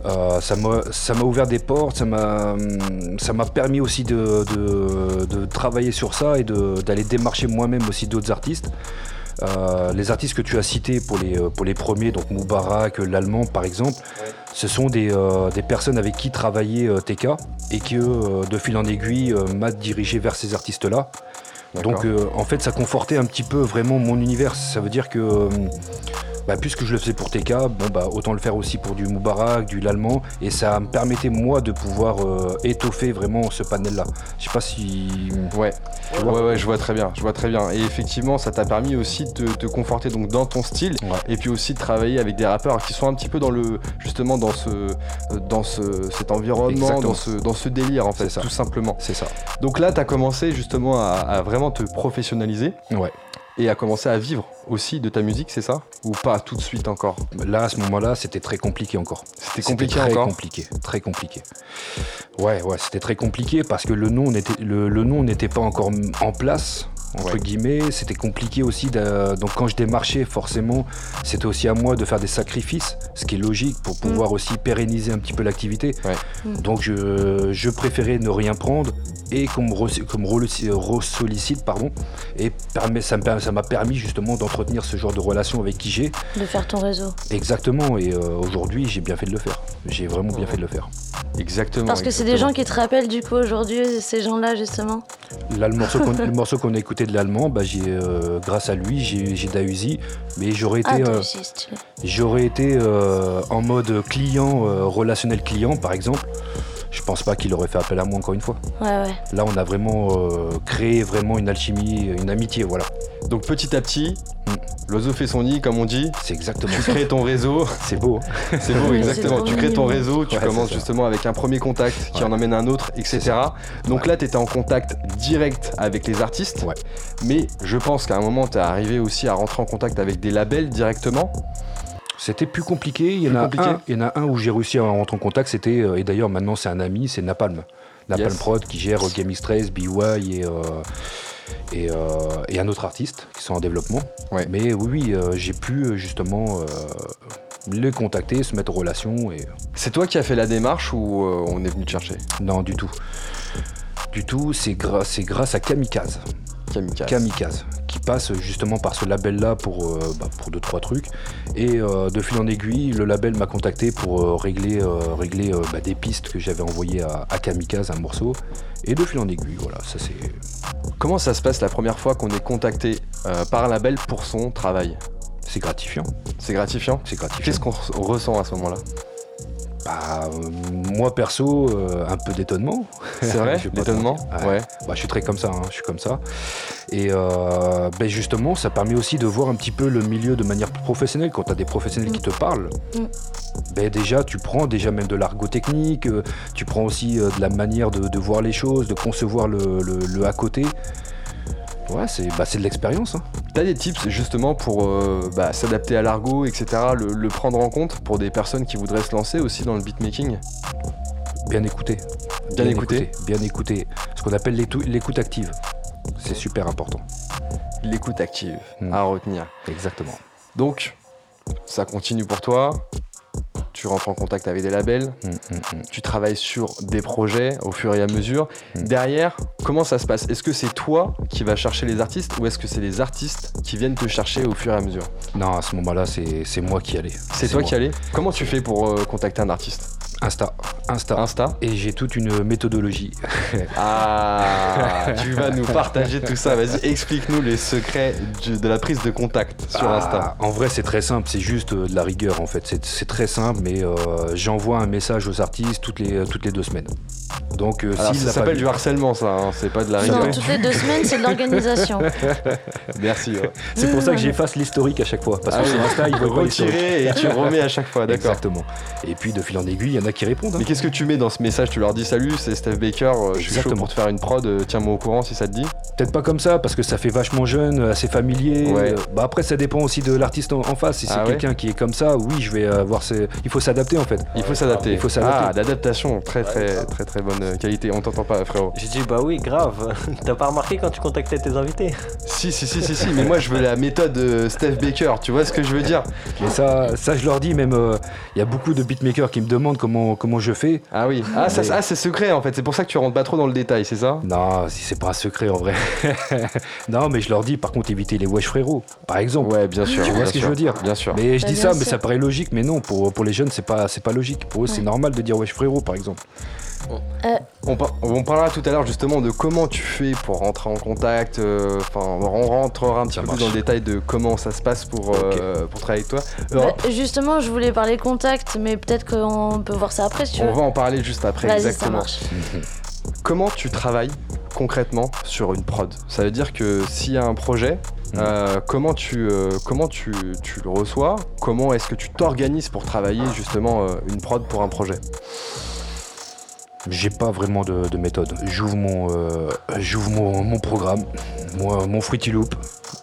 [SPEAKER 6] Euh, ça m'a ça m'a ouvert des portes, ça m'a hum, ça m'a permis aussi de, de- de travailler sur ça et de- d'aller démarcher moi-même aussi d'autres artistes. Euh, les artistes que tu as cités pour les, euh, pour les premiers, donc Moubarak, euh, l'allemand par exemple, ce sont des, euh, des personnes avec qui travaillait euh, TK et qui, euh, de fil en aiguille, euh, m'a dirigé vers ces artistes-là. Donc euh, en fait, ça confortait un petit peu vraiment mon univers. Ça veut dire que euh, bah, puisque je le faisais pour TK, bon bah autant le faire aussi pour du Moubarak, du l'allemand, et ça me permettait moi de pouvoir euh, étoffer vraiment ce panel-là. Je sais pas si
[SPEAKER 2] Ouais, ouais, ouais, je vois très bien, je vois très bien. Et effectivement, ça t'a permis aussi de te conforter donc dans ton style,
[SPEAKER 6] Ouais.
[SPEAKER 2] et puis aussi de travailler avec des rappeurs qui sont un petit peu dans le, justement dans ce, euh, dans ce, cet environnement,
[SPEAKER 6] Exactement.
[SPEAKER 2] dans ce, dans ce délire en fait,
[SPEAKER 6] C'est ça.
[SPEAKER 2] tout simplement.
[SPEAKER 6] c'est ça.
[SPEAKER 2] Donc là, t'as commencé justement à, à vraiment te professionnaliser
[SPEAKER 6] Ouais.
[SPEAKER 2] et à commencer à vivre aussi de ta musique, c'est ça Ou pas tout de suite encore
[SPEAKER 6] Là à ce moment-là, c'était très compliqué encore.
[SPEAKER 2] C'était
[SPEAKER 6] C'était
[SPEAKER 2] compliqué
[SPEAKER 6] très
[SPEAKER 2] encore.
[SPEAKER 6] compliqué, très compliqué. Ouais, ouais, c'était très compliqué parce que le nom n'était le, le nom n'était pas encore m- en place entre
[SPEAKER 2] Ouais.
[SPEAKER 6] guillemets. C'était compliqué aussi. d'a- Donc quand je démarchais, forcément, c'était aussi à moi de faire des sacrifices, ce qui est logique pour pouvoir aussi pérenniser un petit peu l'activité.
[SPEAKER 2] Ouais.
[SPEAKER 3] Mm.
[SPEAKER 6] Donc je, je préférais ne rien prendre et qu'on me, re- qu'on me re- re-sollicite, pardon, et permet- ça me per- ça m'a permis justement d'entretenir ce genre de relation avec qui j'ai.
[SPEAKER 3] de faire ton réseau.
[SPEAKER 6] Exactement, et euh, aujourd'hui j'ai bien fait de le faire. J'ai vraiment bien fait de le faire.
[SPEAKER 2] Exactement.
[SPEAKER 3] Parce que c'est des
[SPEAKER 2] exactement.
[SPEAKER 3] gens qui te rappellent du coup aujourd'hui, ces gens-là justement.
[SPEAKER 6] Là, le morceau qu'on le morceau qu'on a écouté de l'allemand, bah, j'ai, euh, grâce à lui, j'ai j'ai Dausi, mais j'aurais été,
[SPEAKER 3] Ah,
[SPEAKER 6] euh,
[SPEAKER 3] toi aussi, c'est stylé.
[SPEAKER 6] j'aurais été euh, en mode client, euh, relationnel client par exemple. Je pense pas qu'il aurait fait appel à moi encore une fois.
[SPEAKER 3] Ouais, ouais.
[SPEAKER 6] Là, on a vraiment euh, créé vraiment une alchimie, une amitié, voilà.
[SPEAKER 2] Donc petit à petit,
[SPEAKER 6] Mm.
[SPEAKER 2] l'oiseau fait son nid, comme on dit.
[SPEAKER 6] C'est exactement
[SPEAKER 2] Tu
[SPEAKER 6] ça.
[SPEAKER 2] crées ton réseau.
[SPEAKER 6] C'est beau. hein.
[SPEAKER 2] C'est beau,
[SPEAKER 3] Oui, c'est
[SPEAKER 2] exactement.
[SPEAKER 3] trop
[SPEAKER 2] Tu crées ton
[SPEAKER 3] mignon.
[SPEAKER 2] réseau, tu
[SPEAKER 6] Ouais,
[SPEAKER 2] commences
[SPEAKER 6] c'est ça.
[SPEAKER 2] justement avec un premier contact qui
[SPEAKER 6] Ouais.
[SPEAKER 2] en emmène un autre, etc.
[SPEAKER 6] C'est ça.
[SPEAKER 2] Donc
[SPEAKER 6] Ouais.
[SPEAKER 2] là, tu étais en contact direct avec les artistes.
[SPEAKER 6] Ouais.
[SPEAKER 2] Mais je pense qu'à un moment, tu es arrivé aussi à rentrer en contact avec des labels directement.
[SPEAKER 6] C'était plus compliqué. Il y, en
[SPEAKER 2] Plus
[SPEAKER 6] a
[SPEAKER 2] compliqué.
[SPEAKER 6] Un, il y en a un où j'ai réussi à rentrer en contact, c'était, euh, et d'ailleurs maintenant c'est un ami, c'est Napalm. Napalm
[SPEAKER 2] Yes.
[SPEAKER 6] Prod qui gère euh, Game X13, BY et, euh, et, euh, et un autre artiste qui sont en développement.
[SPEAKER 2] Ouais.
[SPEAKER 6] Mais oui, oui, euh, j'ai pu euh, justement euh, les contacter, se mettre en relation et.
[SPEAKER 2] C'est toi qui as fait la démarche ou euh, on est venu te chercher
[SPEAKER 6] Non, du tout. Du tout, c'est gra- c'est grâce à Kamikaze.
[SPEAKER 2] Kamikaze.
[SPEAKER 6] Kamikaze, qui passe justement par ce label-là pour, euh, bah, pour deux, trois trucs. Et euh, de fil en aiguille, le label m'a contacté pour euh, régler, euh, régler euh, bah, des pistes que j'avais envoyées à, à Kamikaze, un morceau. Et de fil en aiguille, voilà, ça c'est.
[SPEAKER 2] Comment ça se passe la première fois qu'on est contacté euh, par un label pour son travail
[SPEAKER 6] C'est gratifiant,
[SPEAKER 2] C'est gratifiant
[SPEAKER 6] c'est gratifiant.
[SPEAKER 2] Qu'est-ce qu'on re- ressent à ce moment-là
[SPEAKER 6] Bah, euh, moi perso, euh, un peu d'étonnement.
[SPEAKER 2] C'est vrai,
[SPEAKER 6] [laughs] [laughs] Je vais pas te
[SPEAKER 2] l'étonnement,
[SPEAKER 6] mentir.
[SPEAKER 2] ouais.
[SPEAKER 6] Bah, je suis très comme ça, hein, je suis comme ça. Et euh, ben justement, ça permet aussi de voir un petit peu le milieu de manière professionnelle. Quand tu as des professionnels qui te parlent,
[SPEAKER 3] Mm.
[SPEAKER 6] ben déjà, tu prends déjà même de l'argot technique, euh, tu prends aussi euh, de la manière de, de voir les choses, de concevoir le, le- le à côté. Ouais, c'est bah, c'est de l'expérience. hein.
[SPEAKER 2] T'as des tips justement pour euh, bah, s'adapter à l'argot, etc., le, le prendre en compte pour des personnes qui voudraient se lancer aussi dans le beatmaking
[SPEAKER 6] Bien écouter.
[SPEAKER 2] Bien écouter.
[SPEAKER 6] Bien écouter. Ce qu'on appelle l'étou- l'écoute active. C'est super important.
[SPEAKER 2] L'écoute active
[SPEAKER 6] Mm.
[SPEAKER 2] à retenir.
[SPEAKER 6] Exactement.
[SPEAKER 2] Donc, ça continue pour toi. Tu rentres en contact avec des labels,
[SPEAKER 6] Mm, mm, mm.
[SPEAKER 2] tu travailles sur des projets au fur et à mesure.
[SPEAKER 6] Mm.
[SPEAKER 2] Derrière, comment ça se passe Est-ce que c'est toi qui vas chercher les artistes ou est-ce que c'est les artistes qui viennent te chercher au fur et à mesure
[SPEAKER 6] Non, à ce moment-là, c'est c'est moi qui allais.
[SPEAKER 2] C'est toi
[SPEAKER 6] moi.
[SPEAKER 2] qui allais Comment tu fais pour euh, contacter un artiste
[SPEAKER 6] Insta. Insta.
[SPEAKER 2] Insta
[SPEAKER 6] Et j'ai toute une méthodologie.
[SPEAKER 2] Ah Tu vas nous partager tout ça. Vas-y, explique-nous les secrets du- de la prise de contact sur
[SPEAKER 6] Ah,
[SPEAKER 2] Insta.
[SPEAKER 6] En vrai, c'est très simple, c'est juste euh, de la rigueur en fait. C'est- C'est très simple, mais euh, j'envoie un message aux artistes toutes les, toutes les deux semaines. Donc, euh,
[SPEAKER 2] Alors,
[SPEAKER 6] s'il
[SPEAKER 2] ça
[SPEAKER 6] l'a pas
[SPEAKER 2] s'appelle
[SPEAKER 6] vu-
[SPEAKER 2] du harcèlement, ça, hein, c'est pas de la
[SPEAKER 3] Non,
[SPEAKER 2] rigueur.
[SPEAKER 3] toutes les deux semaines, c'est de l'organisation.
[SPEAKER 2] Merci.
[SPEAKER 6] [laughs]
[SPEAKER 2] ouais.
[SPEAKER 6] C'est pour ça que j'efface l'historique à chaque fois. Parce que
[SPEAKER 2] Ah oui.
[SPEAKER 6] sur Insta, ils voient pas l'historique.
[SPEAKER 2] Retirer et tu remets à chaque fois, d'accord.
[SPEAKER 6] Exactement. Et puis, de fil en aiguille, il y en a qui répondent. hein.
[SPEAKER 2] Mais qu'est-ce que tu mets dans ce message Tu leur dis salut, c'est Steph Baker, euh, je suis chaud
[SPEAKER 6] Exactement.
[SPEAKER 2] pour te faire une prod, euh, tiens-moi au courant si ça te dit.
[SPEAKER 6] Peut-être pas comme ça, parce que ça fait vachement jeune, assez familier.
[SPEAKER 2] Ouais.
[SPEAKER 6] Euh, Bah après, ça dépend aussi de l'artiste en, en face. Si c'est
[SPEAKER 2] Ah ouais
[SPEAKER 6] quelqu'un qui est comme ça, oui, je vais avoir. Ses... Il faut s'adapter en fait.
[SPEAKER 2] Il faut s'adapter.
[SPEAKER 6] Il faut s'adapter.
[SPEAKER 2] Ah, l'adaptation, très très très très bonne euh, qualité. On t'entend pas, frérot.
[SPEAKER 4] J'ai dit bah oui grave. [laughs] T'as pas remarqué quand tu contactais tes invités
[SPEAKER 2] Si, si, si, si, si, mais moi je veux la méthode euh, Steph Baker, tu vois ce que je veux dire
[SPEAKER 6] Mais ça, ça je leur dis même. euh, Il y a beaucoup de beatmakers qui me demandent comment comment je fais.
[SPEAKER 2] Ah oui. Ah, ça,
[SPEAKER 6] Mais-
[SPEAKER 2] ah, c'est secret en fait, c'est pour ça que tu rentres pas trop dans le détail, c'est ça
[SPEAKER 6] Non, si c'est pas un secret en vrai. [laughs] non, mais je leur dis par contre éviter les wesh frérots, par exemple.
[SPEAKER 2] Ouais, bien sûr.
[SPEAKER 6] Tu vois
[SPEAKER 2] bien
[SPEAKER 6] ce que
[SPEAKER 2] sûr,
[SPEAKER 6] je veux dire
[SPEAKER 2] Bien sûr.
[SPEAKER 6] Mais je
[SPEAKER 3] Bah,
[SPEAKER 6] dis
[SPEAKER 3] bien
[SPEAKER 6] ça, mais
[SPEAKER 3] sûr.
[SPEAKER 6] ça paraît logique, mais non, pour, pour les jeunes, c'est pas, c'est pas logique. Pour eux, c'est
[SPEAKER 3] Ouais.
[SPEAKER 6] normal de dire wesh frérot, par exemple.
[SPEAKER 2] On, par- on parlera tout à l'heure justement de comment tu fais pour rentrer en contact. euh, Enfin, on rentrera un petit
[SPEAKER 6] Ça
[SPEAKER 2] peu plus
[SPEAKER 6] marche.
[SPEAKER 2] dans le détail de comment ça se passe pour, euh, pour travailler avec toi. Europe,
[SPEAKER 3] Bah, justement, je voulais parler contact, mais peut-être qu'on peut voir ça après si tu
[SPEAKER 2] on
[SPEAKER 3] veux.
[SPEAKER 2] va en parler juste après.
[SPEAKER 3] Vas-y, ça
[SPEAKER 2] exactement.
[SPEAKER 3] marche.
[SPEAKER 2] Comment tu travailles concrètement sur une prod Ça veut dire que s'il y a un projet,
[SPEAKER 6] Mhm.
[SPEAKER 2] euh, comment, tu, euh, comment tu, tu le reçois Comment est-ce que tu t'organises pour travailler justement euh, une prod pour un projet
[SPEAKER 6] J'ai pas vraiment de, de méthode. J'ouvre mon, euh, j'ouvre mon, mon programme, mon, mon Fruity Loop.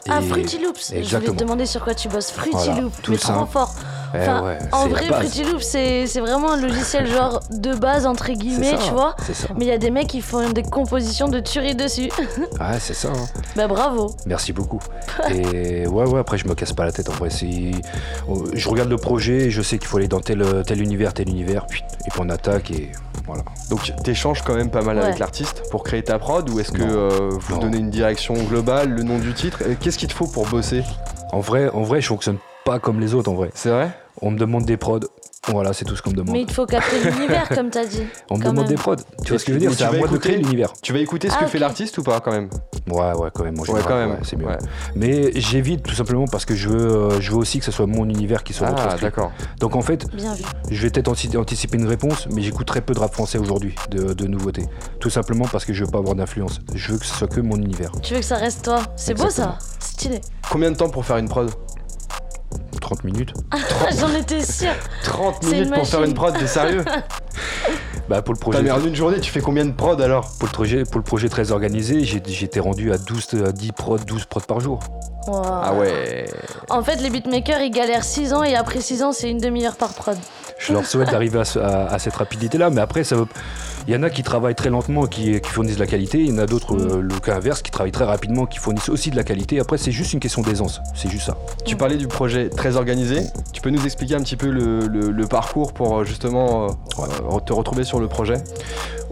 [SPEAKER 3] Ah,
[SPEAKER 6] et-
[SPEAKER 3] Fruity Loops Je voulais
[SPEAKER 6] Exactement.
[SPEAKER 3] te demander sur quoi tu bosses. Fruity
[SPEAKER 6] Voilà,
[SPEAKER 3] Loops,
[SPEAKER 6] tout
[SPEAKER 3] mais
[SPEAKER 6] simple.
[SPEAKER 3] trop fort.
[SPEAKER 6] Eh
[SPEAKER 3] enfin,
[SPEAKER 6] ouais,
[SPEAKER 3] En
[SPEAKER 6] c'est la
[SPEAKER 3] vrai,
[SPEAKER 6] base.
[SPEAKER 3] Fruity Loops, c'est c'est vraiment un
[SPEAKER 6] [laughs]
[SPEAKER 3] logiciel genre de base, entre guillemets,
[SPEAKER 6] ça.
[SPEAKER 3] tu vois.
[SPEAKER 6] C'est ça.
[SPEAKER 3] Mais il y a des mecs qui font des compositions de tuerie dessus. [laughs]
[SPEAKER 6] Ouais, c'est ça. hein.
[SPEAKER 3] bah bravo.
[SPEAKER 6] Merci beaucoup. Et ouais, ouais, après, je me casse pas la tête. En vrai, si oh, je regarde le projet, et je sais qu'il faut aller dans tel, tel univers, tel univers, puis- et puis on attaque et voilà.
[SPEAKER 2] Donc tu échanges quand même pas mal
[SPEAKER 3] Ouais.
[SPEAKER 2] avec l'artiste pour créer ta prod ou est-ce que
[SPEAKER 6] Non.
[SPEAKER 2] euh, vous
[SPEAKER 6] Non.
[SPEAKER 2] donnez une direction globale, le nom du titre Euh, Qu'est-ce qu'il te faut pour bosser
[SPEAKER 6] En vrai, en vrai, je fonctionne pas comme les autres. En vrai,
[SPEAKER 2] C'est vrai
[SPEAKER 6] on me demande des prods. Voilà, c'est tout ce qu'on me demande.
[SPEAKER 3] Mais il te faut capter l'univers, comme t'as
[SPEAKER 6] [laughs]
[SPEAKER 3] dit.
[SPEAKER 6] on me
[SPEAKER 3] quand
[SPEAKER 6] demande
[SPEAKER 3] même.
[SPEAKER 6] des prods. Tu vois ce que je
[SPEAKER 2] Mais
[SPEAKER 6] veux dire
[SPEAKER 2] tu
[SPEAKER 6] C'est à
[SPEAKER 2] vas
[SPEAKER 6] moi de
[SPEAKER 2] écouter
[SPEAKER 6] créer l'univers.
[SPEAKER 2] Tu vas écouter ce
[SPEAKER 3] Ah,
[SPEAKER 2] que
[SPEAKER 3] ok.
[SPEAKER 2] fait l'artiste ou pas quand même
[SPEAKER 6] Ouais, ouais, quand même. en
[SPEAKER 2] Ouais
[SPEAKER 6] général,
[SPEAKER 2] quand même.
[SPEAKER 6] c'est mieux.
[SPEAKER 2] Ouais.
[SPEAKER 6] Mais j'évite tout simplement parce que je veux, euh, je veux aussi que ce soit mon univers qui soit
[SPEAKER 2] Ah
[SPEAKER 6] retranscrit.
[SPEAKER 2] d'accord.
[SPEAKER 6] Donc en fait,
[SPEAKER 3] Bien vu.
[SPEAKER 6] je vais peut-être anti- anticiper une réponse, mais j'écoute très peu de rap français aujourd'hui, de, de nouveautés. Tout simplement parce que je veux pas avoir d'influence. Je veux que ce soit que mon univers.
[SPEAKER 3] Tu veux que ça reste toi C'est beau
[SPEAKER 6] Exactement.
[SPEAKER 3] ça Stylé. [laughs]
[SPEAKER 2] Combien de temps pour faire une prod
[SPEAKER 6] 30 minutes.
[SPEAKER 3] J'en étais sûre.
[SPEAKER 2] 30
[SPEAKER 3] C'est une
[SPEAKER 2] minutes pour faire
[SPEAKER 3] machine.
[SPEAKER 2] une prod, t'es
[SPEAKER 6] [laughs]
[SPEAKER 2] sérieux
[SPEAKER 6] Bah pour le projet.
[SPEAKER 2] T'as mais en une journée tu fais combien de prod alors
[SPEAKER 6] Pour le, projet, pour le projet très organisé, j'ai- j'étais rendu à 12, à 10 prods, 12 prods par jour.
[SPEAKER 3] Wow.
[SPEAKER 2] Ah ouais
[SPEAKER 3] En fait, les beatmakers, ils galèrent 6 ans et après 6 ans, c'est une demi-heure par prod.
[SPEAKER 6] Je leur souhaite d'arriver à, ce- à- à cette rapidité-là, mais après, ça veut- il y en a qui travaillent très lentement, qui, qui fournissent de la qualité, il y en a d'autres, euh, le cas inverse, qui travaillent très rapidement, qui fournissent aussi de la qualité. Après, c'est juste une question d'aisance, c'est juste ça.
[SPEAKER 2] Tu parlais du projet très organisé. Tu peux nous expliquer un petit peu le, le- le parcours pour euh, justement euh, euh, te retrouver sur le projet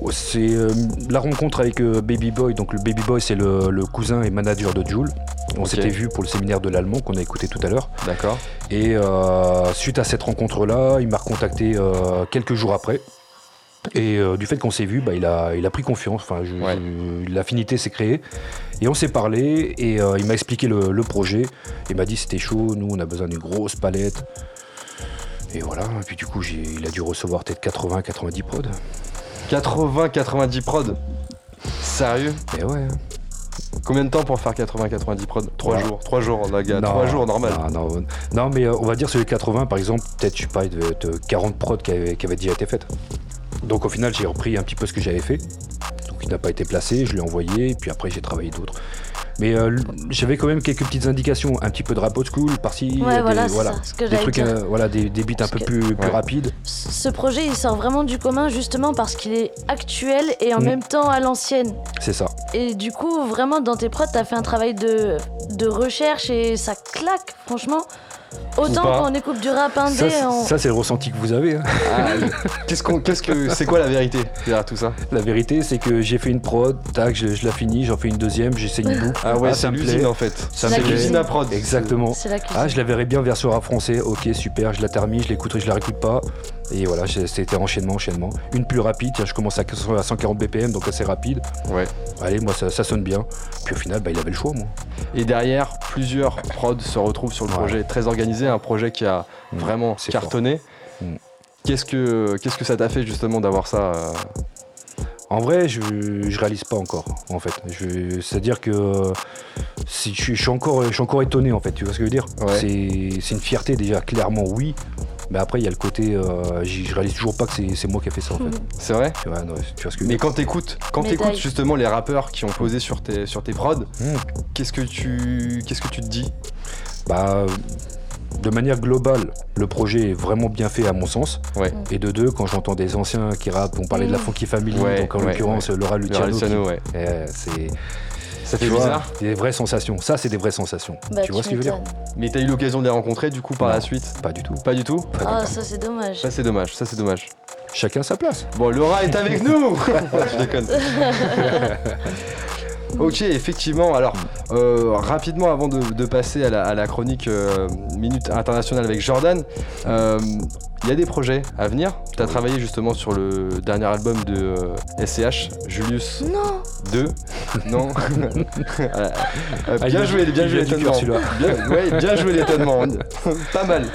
[SPEAKER 6] Oh, C'est euh, la rencontre avec euh, Baby Boy, donc le Baby Boy, c'est le, le cousin et manager de Jules. On
[SPEAKER 2] Ok.
[SPEAKER 6] s'était vu pour le séminaire de l'allemand qu'on a écouté tout à l'heure.
[SPEAKER 2] D'accord.
[SPEAKER 6] Et euh, suite à cette rencontre-là, il m'a recontacté euh, quelques jours après. Et euh, du fait qu'on s'est vu, bah, il, a, il a pris confiance. Enfin, je-
[SPEAKER 2] Ouais.
[SPEAKER 6] je- L'affinité s'est créée. Et on s'est parlé. Et euh, il m'a expliqué le, le projet. Il m'a dit c'était chaud. Nous, on a besoin d'une grosse palette. Et voilà, et puis du coup, j'ai- il a dû recevoir peut-être 80-90 prods.
[SPEAKER 2] 80-90 prod. Sérieux
[SPEAKER 6] Et ouais. hein.
[SPEAKER 2] Combien de temps pour faire 80-90 prod 3
[SPEAKER 6] Ouais.
[SPEAKER 2] jours, 3 jours, la gars,
[SPEAKER 6] Non,
[SPEAKER 2] 3 jours, normal.
[SPEAKER 6] Non, non, non, mais euh, on va dire sur les 80, par exemple, peut-être, je sais pas, il devait être euh, 40 prods qui avaient, qui avaient déjà été faites. Donc au final, j'ai repris un petit peu ce que j'avais fait. Donc il n'a pas été placé, je l'ai envoyé, et puis après, j'ai travaillé d'autres. Mais euh, l- j'avais quand même quelques petites indications, un petit peu de rap old school, par-ci,
[SPEAKER 3] Ouais,
[SPEAKER 6] des-
[SPEAKER 3] voilà, c'est ça, ce que
[SPEAKER 6] des
[SPEAKER 3] j'allais
[SPEAKER 6] trucs,
[SPEAKER 3] dire.
[SPEAKER 6] euh, voilà, des, des beats un
[SPEAKER 3] Parce
[SPEAKER 6] peu
[SPEAKER 3] que-
[SPEAKER 6] plus, plus
[SPEAKER 2] Ouais.
[SPEAKER 6] rapides.
[SPEAKER 3] Ce projet, il sort vraiment du commun justement parce qu'il est actuel et en
[SPEAKER 6] Mm.
[SPEAKER 3] même temps à l'ancienne.
[SPEAKER 6] C'est ça.
[SPEAKER 3] Et du coup, vraiment, dans tes prods, t'as fait un travail de, de recherche et ça claque, franchement. Autant
[SPEAKER 2] Ou pas.
[SPEAKER 3] quand on écoute du rap indé,
[SPEAKER 6] Ça, c'est-
[SPEAKER 3] on-
[SPEAKER 6] ça, c'est le ressenti que vous avez. hein.
[SPEAKER 2] Ah,
[SPEAKER 6] [laughs]
[SPEAKER 2] qu'est-ce qu'on, qu'est-ce que, c'est quoi la vérité derrière tout ça
[SPEAKER 6] La vérité, c'est que j'ai fait une prod, tac, je, je la finis, j'en fais une deuxième, j'essaie une boucle.
[SPEAKER 2] Ah ouais,
[SPEAKER 6] Ah,
[SPEAKER 2] c'est
[SPEAKER 6] ça me
[SPEAKER 2] l'usine
[SPEAKER 6] plaît.
[SPEAKER 2] en fait.
[SPEAKER 6] Ça
[SPEAKER 3] me
[SPEAKER 2] C'est
[SPEAKER 3] plaît.
[SPEAKER 2] l'usine à prod.
[SPEAKER 6] Exactement.
[SPEAKER 3] c'est la cuisine.
[SPEAKER 6] Ah, je la verrais bien version rap français. Ok, super, je la termine, je l'écouterai, je la réécoute pas. Et voilà, j'ai- c'était enchaînement, enchaînement. Une plus rapide, tiens, je commence à 140 BPM, donc assez rapide.
[SPEAKER 2] Ouais.
[SPEAKER 6] Allez, moi, ça, ça sonne bien. Puis au final, bah, il avait le choix, moi.
[SPEAKER 2] Et derrière, plusieurs prods se retrouvent sur le
[SPEAKER 6] Ouais.
[SPEAKER 2] projet très organisé, un projet qui a
[SPEAKER 6] Mm,
[SPEAKER 2] vraiment
[SPEAKER 6] c'est
[SPEAKER 2] cartonné.
[SPEAKER 6] Mm.
[SPEAKER 2] Qu'est-ce que, qu'est-ce que ça t'a fait justement d'avoir ça euh,
[SPEAKER 6] En vrai, je, je réalise pas encore, en fait. Je- C'est-à-dire que euh, si, je, suis- je suis encore, je suis encore étonné, en fait. Tu vois ce que je veux dire
[SPEAKER 2] Ouais.
[SPEAKER 6] C'est- C'est une fierté, déjà, clairement, oui. Mais après, il y a le côté. euh, j'y- je réalise toujours pas que c'est c'est moi qui ai fait ça,
[SPEAKER 2] [laughs]
[SPEAKER 6] en fait.
[SPEAKER 2] C'est vrai
[SPEAKER 6] Tu vois, non, tu vois ce que je veux
[SPEAKER 2] Mais
[SPEAKER 6] dire
[SPEAKER 2] quand t'écoutes, quand
[SPEAKER 3] Médaille.
[SPEAKER 2] t'écoutes justement les rappeurs qui ont posé sur tes, sur tes prods,
[SPEAKER 6] Mm.
[SPEAKER 2] qu'est-ce que tu, qu'est-ce que tu te dis
[SPEAKER 6] Bah, euh, de manière globale, le projet est vraiment bien fait à mon sens.
[SPEAKER 2] Ouais.
[SPEAKER 3] Mm.
[SPEAKER 6] Et de deux, quand j'entends des anciens qui rappent, on parlait de la
[SPEAKER 3] Mm.
[SPEAKER 6] Funky Family,
[SPEAKER 2] Ouais,
[SPEAKER 6] donc en
[SPEAKER 2] ouais,
[SPEAKER 6] l'occurrence le Laura
[SPEAKER 2] Le
[SPEAKER 6] Luciano.
[SPEAKER 2] Luciano, ouais.
[SPEAKER 6] qui- eh, c'est
[SPEAKER 2] Ça
[SPEAKER 6] tu
[SPEAKER 2] fait
[SPEAKER 6] vois,
[SPEAKER 2] bizarre.
[SPEAKER 6] des vraies sensations. Ça, c'est des vraies sensations.
[SPEAKER 3] Bah,
[SPEAKER 6] tu vois ce que je veux dire
[SPEAKER 3] m'étonnes.
[SPEAKER 2] Mais t'as eu l'occasion de les rencontrer du coup par
[SPEAKER 6] Non.
[SPEAKER 2] la suite
[SPEAKER 6] Pas du tout.
[SPEAKER 2] Pas du tout
[SPEAKER 6] Pas du
[SPEAKER 3] Ah,
[SPEAKER 6] tout.
[SPEAKER 3] ça, c'est dommage.
[SPEAKER 2] Ça c'est dommage, ça c'est dommage.
[SPEAKER 6] Chacun sa place.
[SPEAKER 2] Bon, Laura est avec
[SPEAKER 6] [laughs]
[SPEAKER 2] nous Je déconne. ok, effectivement, alors euh, rapidement avant de, de passer à la, à la chronique euh, Minute Internationale avec Jordan, euh, il y a des projets à venir. Tu as travaillé justement sur le dernier album de euh, SCH, Julius
[SPEAKER 3] Non
[SPEAKER 2] 2.
[SPEAKER 6] [laughs]
[SPEAKER 2] Non Euh, euh,
[SPEAKER 6] Ah, il
[SPEAKER 2] Bien
[SPEAKER 6] a-
[SPEAKER 2] joué, bien
[SPEAKER 6] il
[SPEAKER 2] joué
[SPEAKER 6] a du cœur,
[SPEAKER 2] l'étonnement.
[SPEAKER 6] celui-là.
[SPEAKER 2] Bien, ouais, bien joué
[SPEAKER 6] [laughs]
[SPEAKER 2] l'étonnement. Pas mal.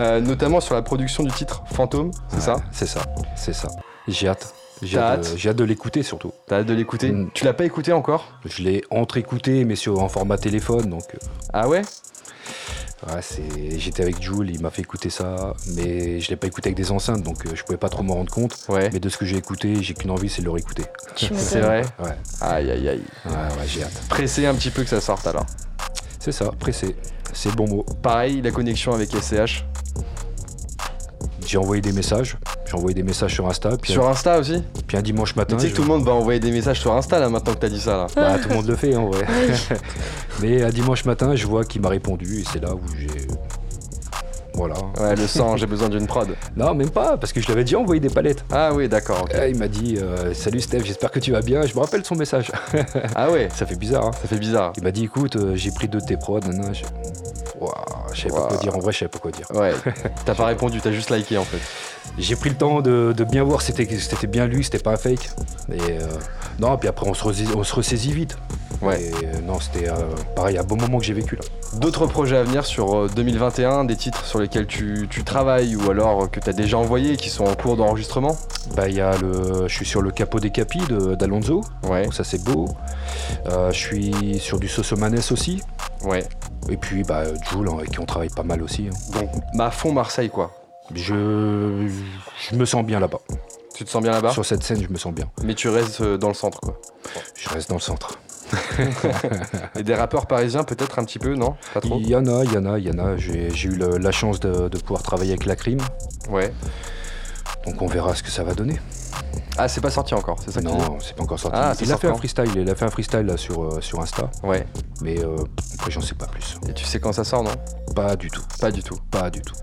[SPEAKER 2] Euh, notamment sur la production du titre Fantôme, c'est ça
[SPEAKER 6] C'est ça. C'est ça. J'ai hâte. J'ai
[SPEAKER 2] T'as
[SPEAKER 6] hâte, de-
[SPEAKER 2] hâte
[SPEAKER 6] j'ai hâte de l'écouter surtout.
[SPEAKER 2] T'as hâte de l'écouter
[SPEAKER 6] Mm.
[SPEAKER 2] Tu l'as pas écouté encore
[SPEAKER 6] Je l'ai entre-écouté, mais sur, en format téléphone. Donc, euh,
[SPEAKER 2] Ah ouais
[SPEAKER 6] ouais, c'est- j'étais avec Jules, il m'a fait écouter ça. Mais je l'ai pas écouté avec des enceintes, donc euh, je pouvais pas trop m'en rendre compte.
[SPEAKER 2] Ouais.
[SPEAKER 6] Mais de ce que j'ai écouté, j'ai qu'une envie, [laughs] c'est de le réécouter.
[SPEAKER 3] Tu m'étonnes.
[SPEAKER 2] C'est vrai
[SPEAKER 6] Ouais, ouais,
[SPEAKER 2] Aïe aïe aïe.
[SPEAKER 6] ouais, j'ai hâte.
[SPEAKER 2] Pressé un petit peu que ça sorte alors.
[SPEAKER 6] C'est ça, pressé. C'est le bon mot.
[SPEAKER 2] Pareil, la connexion avec SCH.
[SPEAKER 6] J'ai envoyé des messages. J'ai envoyé des messages sur Insta. Puis,
[SPEAKER 2] Sur Insta aussi
[SPEAKER 6] un, puis un dimanche
[SPEAKER 2] Mais
[SPEAKER 6] matin.
[SPEAKER 2] tu sais que
[SPEAKER 6] je-
[SPEAKER 2] tout le monde va envoyer des messages sur Insta là maintenant que t'as dit ça là.
[SPEAKER 6] Bah, tout le monde le fait en vrai. [laughs] Mais un dimanche matin, je vois qu'il m'a répondu et c'est là où j'ai. Voilà.
[SPEAKER 2] Ouais, le
[SPEAKER 6] [laughs]
[SPEAKER 2] sang, j'ai besoin d'une prod.
[SPEAKER 6] Non, même pas, parce que je l'avais déjà envoyé des palettes.
[SPEAKER 2] Ah oui, d'accord.
[SPEAKER 6] [laughs]
[SPEAKER 2] ok.
[SPEAKER 6] Ah, il m'a dit euh, Salut Steph, j'espère que tu vas bien. Je me rappelle son message.
[SPEAKER 2] Ah ouais,
[SPEAKER 6] [laughs] ça fait bizarre. hein.
[SPEAKER 2] ça fait bizarre.
[SPEAKER 6] Il m'a dit Écoute, euh, j'ai pris deux de tes prods. nanana. Je... Ouah, je savais pas quoi
[SPEAKER 2] Ouah.
[SPEAKER 6] dire. En vrai, je savais pas quoi dire.
[SPEAKER 2] Ouais, t'as pas répondu, t'as juste liké en fait.
[SPEAKER 6] J'ai pris le temps de, de bien voir c'était c'était bien lui, c'était pas un fake. Et euh, non, puis après on se, resi- on se ressaisit vite.
[SPEAKER 2] Ouais.
[SPEAKER 6] Et, euh, non, c'était euh, pareil, un bon moment que j'ai vécu là.
[SPEAKER 2] D'autres projets à venir sur euh, 2021, des titres sur lesquels tu, tu travailles ou alors euh, que t'as déjà envoyé et qui sont en cours d'enregistrement
[SPEAKER 6] Bah, il y a le, je suis sur le capot des capis de- d'Alonso,
[SPEAKER 2] Ouais,
[SPEAKER 6] donc ça c'est beau. Euh, je suis sur du Sosomanes aussi.
[SPEAKER 2] ouais.
[SPEAKER 6] Et puis bah, Jules, hein, avec qui on travaille pas mal aussi. hein.
[SPEAKER 2] Donc, bah fond Marseille quoi.
[SPEAKER 6] Je, je me sens bien là-bas.
[SPEAKER 2] Tu te sens bien là-bas
[SPEAKER 6] Sur cette scène, je me sens bien.
[SPEAKER 2] Mais tu restes euh, dans le centre
[SPEAKER 6] [laughs]
[SPEAKER 2] quoi.
[SPEAKER 6] Je reste dans le centre.
[SPEAKER 2] Et des rappeurs parisiens peut-être un petit peu, non Pas trop
[SPEAKER 6] Il y en a, il y en a, il y en a. J'ai j'ai eu le- la chance de, de pouvoir travailler avec la crime.
[SPEAKER 2] Ouais.
[SPEAKER 6] Donc on verra ce que ça va donner.
[SPEAKER 2] Ah, c'est pas sorti encore, c'est ça que tu dis
[SPEAKER 6] Non, c'est pas encore sorti.
[SPEAKER 2] Ah,
[SPEAKER 6] Mais
[SPEAKER 2] ça
[SPEAKER 6] il a
[SPEAKER 2] sort
[SPEAKER 6] fait un
[SPEAKER 2] quand
[SPEAKER 6] freestyle, il a fait un freestyle là, sur, euh, sur Insta,
[SPEAKER 2] Ouais.
[SPEAKER 6] mais euh, après j'en sais pas plus.
[SPEAKER 2] Et tu sais quand ça sort, non
[SPEAKER 6] Pas du tout,
[SPEAKER 2] Pas du tout.
[SPEAKER 6] pas du tout.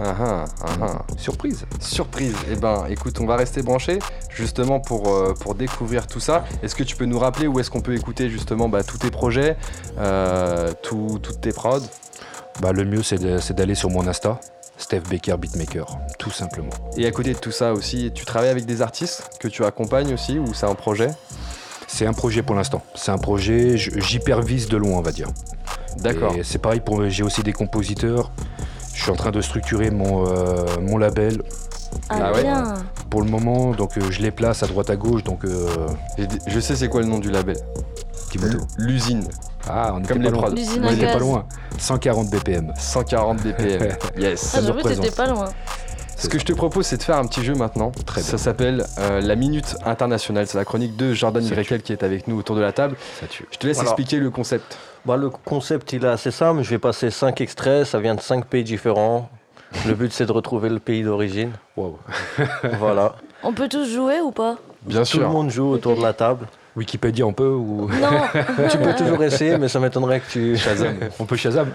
[SPEAKER 2] Ah ah, ah ah.
[SPEAKER 6] Surprise.
[SPEAKER 2] Surprise. Eh ben, écoute, on va rester branché justement pour, euh, pour découvrir tout ça. Est-ce que tu peux nous rappeler où est-ce qu'on peut écouter justement bah, tous tes projets, euh, tout- toutes tes prods
[SPEAKER 6] Bah le mieux c'est de- c'est d'aller sur mon Insta, Steph Baker Beatmaker, tout simplement.
[SPEAKER 2] Et à côté de tout ça aussi, tu travailles avec des artistes que tu accompagnes aussi ou c'est un projet
[SPEAKER 6] C'est un projet pour l'instant. C'est un projet, je- j'hypervise de loin on va dire.
[SPEAKER 2] D'accord.
[SPEAKER 6] Et C'est pareil pour j'ai aussi des compositeurs. Je suis en train de structurer mon, euh, mon label.
[SPEAKER 3] Ah,
[SPEAKER 2] Ah ouais
[SPEAKER 3] bien.
[SPEAKER 6] Pour le moment, donc euh, je les place à droite à gauche, donc euh,
[SPEAKER 2] J'ai dit- Je sais c'est quoi le nom du label.
[SPEAKER 6] petit bateau.
[SPEAKER 2] L'usine.
[SPEAKER 6] Ah, on
[SPEAKER 2] Comme
[SPEAKER 6] était
[SPEAKER 2] les
[SPEAKER 6] pas loin.
[SPEAKER 2] prods.
[SPEAKER 3] L'usine
[SPEAKER 6] On
[SPEAKER 3] à
[SPEAKER 6] était pas
[SPEAKER 3] gaz.
[SPEAKER 6] loin. 140 BPM.
[SPEAKER 2] 140
[SPEAKER 6] [laughs]
[SPEAKER 2] BPM. yes.
[SPEAKER 3] Ah,
[SPEAKER 6] me
[SPEAKER 3] j'avoue, t'étais
[SPEAKER 6] représente.
[SPEAKER 3] pas loin.
[SPEAKER 2] Ce que je te propose, c'est de faire un petit jeu maintenant.
[SPEAKER 6] Très bien.
[SPEAKER 2] Ça s'appelle euh, La Minute Internationale. C'est la chronique de Jordan
[SPEAKER 6] Ça
[SPEAKER 2] Grekel qui est avec nous autour de la table.
[SPEAKER 6] Ça tue.
[SPEAKER 2] Je te laisse
[SPEAKER 4] Voilà.
[SPEAKER 2] expliquer le concept.
[SPEAKER 4] Bah, le concept il est assez simple, je vais passer 5 extraits, ça vient de 5 pays différents. Le but c'est de retrouver le pays d'origine.
[SPEAKER 6] Wow.
[SPEAKER 4] Voilà.
[SPEAKER 3] On peut tous jouer ou pas
[SPEAKER 2] Bien
[SPEAKER 4] Tout le monde joue autour de la table.
[SPEAKER 6] Wikipédia, on peut ou. [laughs]
[SPEAKER 3] Non.
[SPEAKER 4] Tu peux toujours essayer, mais ça m'étonnerait que tu.
[SPEAKER 6] Shazam. on peut Shazam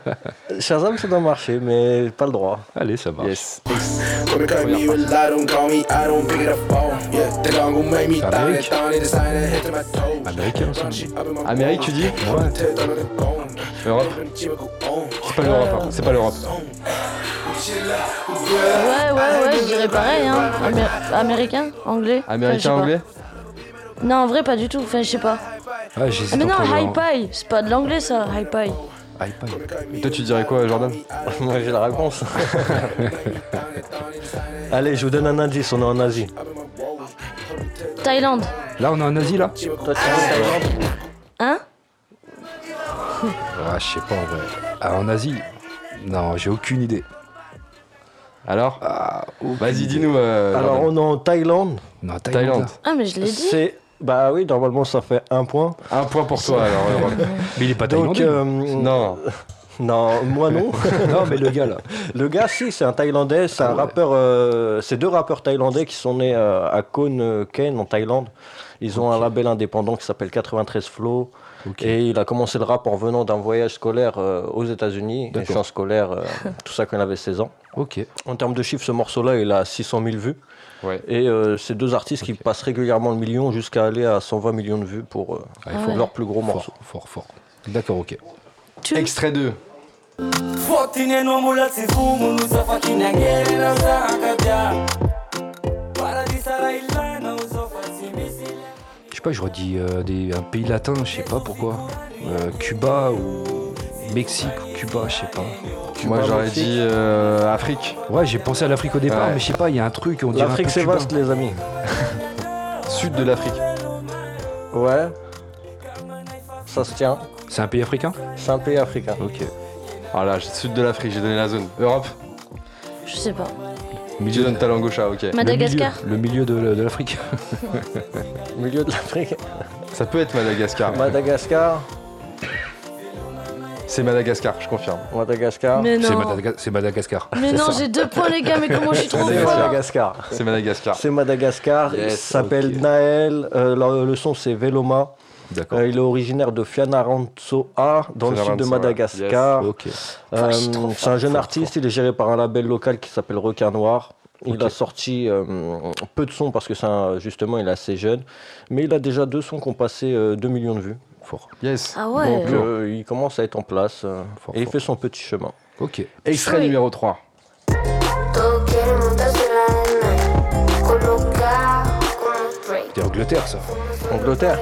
[SPEAKER 4] [laughs] Shazam, ça doit marcher, mais pas le droit. [laughs]
[SPEAKER 6] Allez, ça marche.
[SPEAKER 2] Yes.
[SPEAKER 7] When they cut me with a lot, don't call me, I don't pick it up phone. Yeah, they gon' go make me die, they throw it inside and hit to my toes.
[SPEAKER 6] Américain, ça.
[SPEAKER 2] Amérique, tu dis Europe C'est pas l'Europe, hein. c'est pas l'Europe.
[SPEAKER 3] Ouais, ouais, ouais, je dirais pareil. Hein. Amé- américain Anglais Enfin, je sais
[SPEAKER 2] Américain,
[SPEAKER 3] pas.
[SPEAKER 2] anglais
[SPEAKER 3] Non, en vrai, pas du tout. Enfin, je sais pas.
[SPEAKER 6] Ah,
[SPEAKER 3] Ah,
[SPEAKER 6] j'hésite
[SPEAKER 3] mais non,
[SPEAKER 6] entre le-
[SPEAKER 3] high pie. C'est pas de l'anglais, ça, high pie.
[SPEAKER 6] High Pie.
[SPEAKER 2] Toi, tu dirais quoi, Jordan
[SPEAKER 4] Moi j'ai la réponse. Allez, je vous donne un indice, on est en Asie.
[SPEAKER 3] Thaïlande.
[SPEAKER 6] Là, on est en Asie, là
[SPEAKER 4] Toi, tu veux Thaïlande
[SPEAKER 3] Hein
[SPEAKER 6] Ah, je sais pas en vrai. Ah, en Asie Non, j'ai aucune idée.
[SPEAKER 2] Alors
[SPEAKER 6] Ah,
[SPEAKER 2] Vas-y, dis-nous. euh,
[SPEAKER 4] Alors,
[SPEAKER 2] Jordan.
[SPEAKER 4] on est en Thaïlande.
[SPEAKER 6] Non,
[SPEAKER 2] Thaïlande.
[SPEAKER 6] Thaïlande. hein.
[SPEAKER 3] Ah, mais je l'ai dit.
[SPEAKER 4] C'est. Bah oui, normalement ça fait un point.
[SPEAKER 2] Un point pour toi, alors, Europe.
[SPEAKER 6] Mais il est pas
[SPEAKER 4] Donc,
[SPEAKER 6] thaïlandais.
[SPEAKER 4] euh,
[SPEAKER 2] Non.
[SPEAKER 4] [laughs] non, moi non.
[SPEAKER 6] [laughs] Non, mais le gars, là. Ah
[SPEAKER 4] Le gars, si, c'est un Thaïlandais, c'est un rappeur, euh, c'est deux rappeurs thaïlandais qui sont nés euh, à Khon Ken en Thaïlande. Ils ont un label indépendant qui s'appelle 93 Flow.
[SPEAKER 6] Ok.
[SPEAKER 4] Et il a commencé le rap en venant d'un voyage scolaire euh, aux États-Unis,
[SPEAKER 6] D'accord.
[SPEAKER 4] un champ scolaire,
[SPEAKER 6] [laughs]
[SPEAKER 4] euh, tout ça quand il avait 16 ans.
[SPEAKER 6] Ok.
[SPEAKER 4] En termes de chiffres, ce morceau-là, il a 600 000 vues.
[SPEAKER 2] Ouais.
[SPEAKER 4] Et euh, c'est deux artistes qui passent régulièrement le million jusqu'à aller à 120 millions de vues pour euh,
[SPEAKER 6] Ah, il
[SPEAKER 3] faut-
[SPEAKER 4] leur plus gros morceau.
[SPEAKER 6] Fort, fort, fort. D'accord, ok.
[SPEAKER 3] Tu-
[SPEAKER 2] euh, Extrait 2.
[SPEAKER 6] Je sais pas, je redis euh, des, un pays latin, je sais pas pourquoi. Euh, Cuba ou Mexique ou Cuba, je sais pas.
[SPEAKER 2] Moi,
[SPEAKER 4] m'as
[SPEAKER 2] j'aurais
[SPEAKER 4] menti.
[SPEAKER 2] dit euh, Afrique.
[SPEAKER 6] Ouais, j'ai pensé à l'Afrique au départ,
[SPEAKER 2] Ouais.
[SPEAKER 6] mais je sais pas, il y a un truc, on dirait un peu
[SPEAKER 4] L'Afrique, c'est
[SPEAKER 6] cubain.
[SPEAKER 4] vaste, les amis.
[SPEAKER 2] Sud de l'Afrique.
[SPEAKER 4] Ouais. Ça se tient.
[SPEAKER 6] C'est un pays africain
[SPEAKER 4] C'est un pays africain.
[SPEAKER 6] Ok.
[SPEAKER 2] Voilà, Ah sud de l'Afrique, j'ai donné la zone. Europe
[SPEAKER 3] Je sais pas.
[SPEAKER 2] Je donne ta langue au chat, ok.
[SPEAKER 3] Madagascar
[SPEAKER 6] Le milieu, le milieu de, de l'Afrique.
[SPEAKER 4] Milieu de l'Afrique.
[SPEAKER 2] Ça peut être Madagascar.
[SPEAKER 4] Madagascar.
[SPEAKER 2] C'est Madagascar, je confirme.
[SPEAKER 4] Madagascar.
[SPEAKER 3] Mais
[SPEAKER 6] [laughs] C'est
[SPEAKER 3] non.
[SPEAKER 6] Madaga- c'est Madagascar.
[SPEAKER 3] Mais
[SPEAKER 2] C'est
[SPEAKER 3] non,
[SPEAKER 2] ça.
[SPEAKER 3] j'ai deux points, les gars, mais comment je suis trop
[SPEAKER 4] C'est
[SPEAKER 3] fort
[SPEAKER 4] Madagascar.
[SPEAKER 2] C'est Madagascar.
[SPEAKER 4] C'est Madagascar. il
[SPEAKER 2] Yes,
[SPEAKER 4] s'appelle
[SPEAKER 2] ok.
[SPEAKER 4] Naël. Euh, le, le son, c'est Veloma.
[SPEAKER 6] D'accord.
[SPEAKER 4] Euh, il est originaire de Fianarantsoa, dans le sud de
[SPEAKER 2] Fianarantsoa,
[SPEAKER 4] Madagascar.
[SPEAKER 6] Ok.
[SPEAKER 4] Euh,
[SPEAKER 3] Ah, je suis trop
[SPEAKER 4] c'est un jeune artiste. Il est géré par un label local qui s'appelle Requin Noir. Il a sorti euh, peu de sons parce que c'est un- justement il est assez jeune, mais il a déjà deux sons qui ont passé euh, 2 millions de vues.
[SPEAKER 6] Fort.
[SPEAKER 2] Yes.
[SPEAKER 3] Ah ouais.
[SPEAKER 4] Donc euh, il commence à être en place euh,
[SPEAKER 6] Fort,
[SPEAKER 4] et il
[SPEAKER 6] fort.
[SPEAKER 4] fait son petit chemin.
[SPEAKER 6] Ok.
[SPEAKER 2] Extrait
[SPEAKER 3] Oui.
[SPEAKER 2] numéro 3.
[SPEAKER 9] Todo quiere montarse en la arena, colocar como Drake.
[SPEAKER 6] C'est Angleterre, ça.
[SPEAKER 4] Angleterre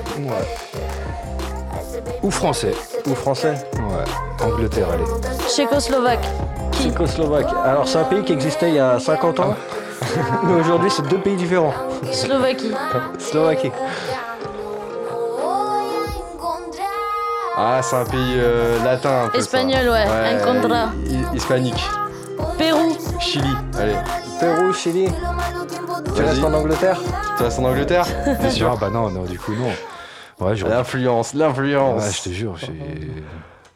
[SPEAKER 6] Ou français.
[SPEAKER 4] ou français
[SPEAKER 6] Ouais. Angleterre, allez.
[SPEAKER 3] Tchécoslovaque. Qui
[SPEAKER 4] Tchécoslovaque. Alors c'est un pays qui existait il y a 50 ans,
[SPEAKER 3] Ah.
[SPEAKER 4] mais aujourd'hui c'est deux pays différents.
[SPEAKER 3] Slovaquie.
[SPEAKER 4] Slovaquie.
[SPEAKER 2] Ah, c'est un pays euh, latin un peu. ça.
[SPEAKER 3] Espagnol, ouais. Encontra.
[SPEAKER 2] hi- Hispanique.
[SPEAKER 3] Pérou.
[SPEAKER 2] Chili. Allez.
[SPEAKER 4] Pérou, Chili. Tu
[SPEAKER 2] Vas-y.
[SPEAKER 4] restes en Angleterre
[SPEAKER 2] Tu restes
[SPEAKER 3] [laughs]
[SPEAKER 2] en Angleterre Bien
[SPEAKER 6] Ah bah non, non, du coup, non. Ouais, j'aurais
[SPEAKER 2] L'influence, l'influence.
[SPEAKER 6] Ouais, je te jure, j'ai.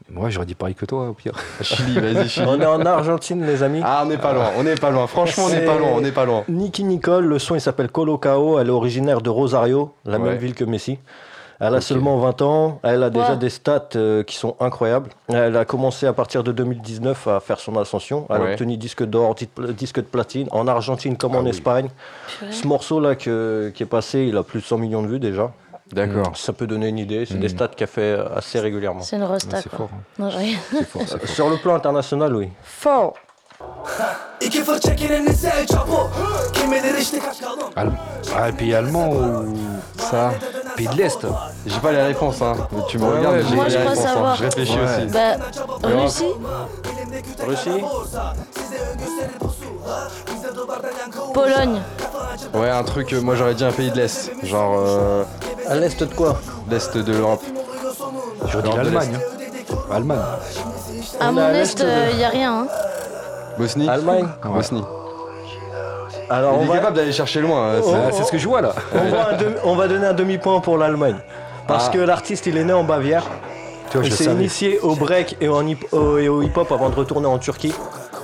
[SPEAKER 6] Moi, j'aurais dit pareil que toi, au pire.
[SPEAKER 2] Chili, vas-y, Chili.
[SPEAKER 4] [laughs]
[SPEAKER 6] [laughs]
[SPEAKER 4] On est en Argentine les amis.
[SPEAKER 2] Ah, on n'est pas loin, on n'est pas loin. Franchement, on n'est pas
[SPEAKER 4] C'est-
[SPEAKER 2] loin, on n'est pas loin.
[SPEAKER 4] Nicky Nicole, le son il s'appelle Colocao, elle est originaire de Rosario, la
[SPEAKER 2] Ouais.
[SPEAKER 4] même ville que Messi. Elle a seulement 20 ans, elle a déjà
[SPEAKER 3] Ouais.
[SPEAKER 4] des stats euh, qui sont incroyables. Elle a commencé à partir de 2019 à faire son ascension. Elle
[SPEAKER 2] Ouais.
[SPEAKER 4] a obtenu disque d'or, dit- disque de platine en Argentine comme en Espagne. Ce morceau-là que- qui est passé, il a plus de 100 millions de vues déjà.
[SPEAKER 2] D'accord.
[SPEAKER 4] Ça peut donner une idée, c'est des stats qu'elle fait euh, assez régulièrement.
[SPEAKER 3] C'est une rosta,
[SPEAKER 6] C'est
[SPEAKER 3] quoi.
[SPEAKER 6] fort. hein.
[SPEAKER 3] Non, j'ai rien.
[SPEAKER 6] C'est fort, c'est fort.
[SPEAKER 4] Sur le plan international, oui.
[SPEAKER 3] Fort.
[SPEAKER 6] Allem- Ah, pays allemand ou. Ça Pays de l'Est
[SPEAKER 2] J'ai pas les réponses, hein. Mais tu me regardes,
[SPEAKER 6] ouais,
[SPEAKER 2] j'ai
[SPEAKER 3] moi,
[SPEAKER 2] les
[SPEAKER 3] je crois
[SPEAKER 2] réponses. hein.
[SPEAKER 3] savoir.
[SPEAKER 2] Je réfléchis
[SPEAKER 6] Ouais.
[SPEAKER 2] aussi.
[SPEAKER 3] Bah, Russie
[SPEAKER 4] Russie
[SPEAKER 3] Pologne.
[SPEAKER 2] Ouais, un truc, euh, moi j'aurais dit un pays de l'Est. Genre euh,
[SPEAKER 4] À l'est de quoi
[SPEAKER 2] l'Est de l'Europe.
[SPEAKER 6] Je dis
[SPEAKER 2] Nord de
[SPEAKER 6] l'Allemagne.
[SPEAKER 2] l'Est.
[SPEAKER 6] hein. Allemagne.
[SPEAKER 3] À
[SPEAKER 4] On est
[SPEAKER 3] mon
[SPEAKER 4] à
[SPEAKER 3] est,
[SPEAKER 4] l'est
[SPEAKER 3] il
[SPEAKER 4] de-
[SPEAKER 3] n'y a rien. hein.
[SPEAKER 2] Bosnie
[SPEAKER 4] Allemagne
[SPEAKER 2] Bosnie.
[SPEAKER 4] Alors
[SPEAKER 2] Il
[SPEAKER 4] on
[SPEAKER 2] est
[SPEAKER 4] va,
[SPEAKER 2] capable d'aller chercher loin. euh, c'est-
[SPEAKER 6] Ah, C'est ce que je vois là.
[SPEAKER 4] on va un demi- on va donner un demi-point pour l'Allemagne. Parce
[SPEAKER 6] Ah.
[SPEAKER 4] que l'artiste, il est né en Bavière.
[SPEAKER 6] Tu vois,
[SPEAKER 4] Il
[SPEAKER 6] je
[SPEAKER 4] s'est
[SPEAKER 6] savais.
[SPEAKER 4] initié au break et, en hip- au- et au hip-hop avant de retourner en Turquie.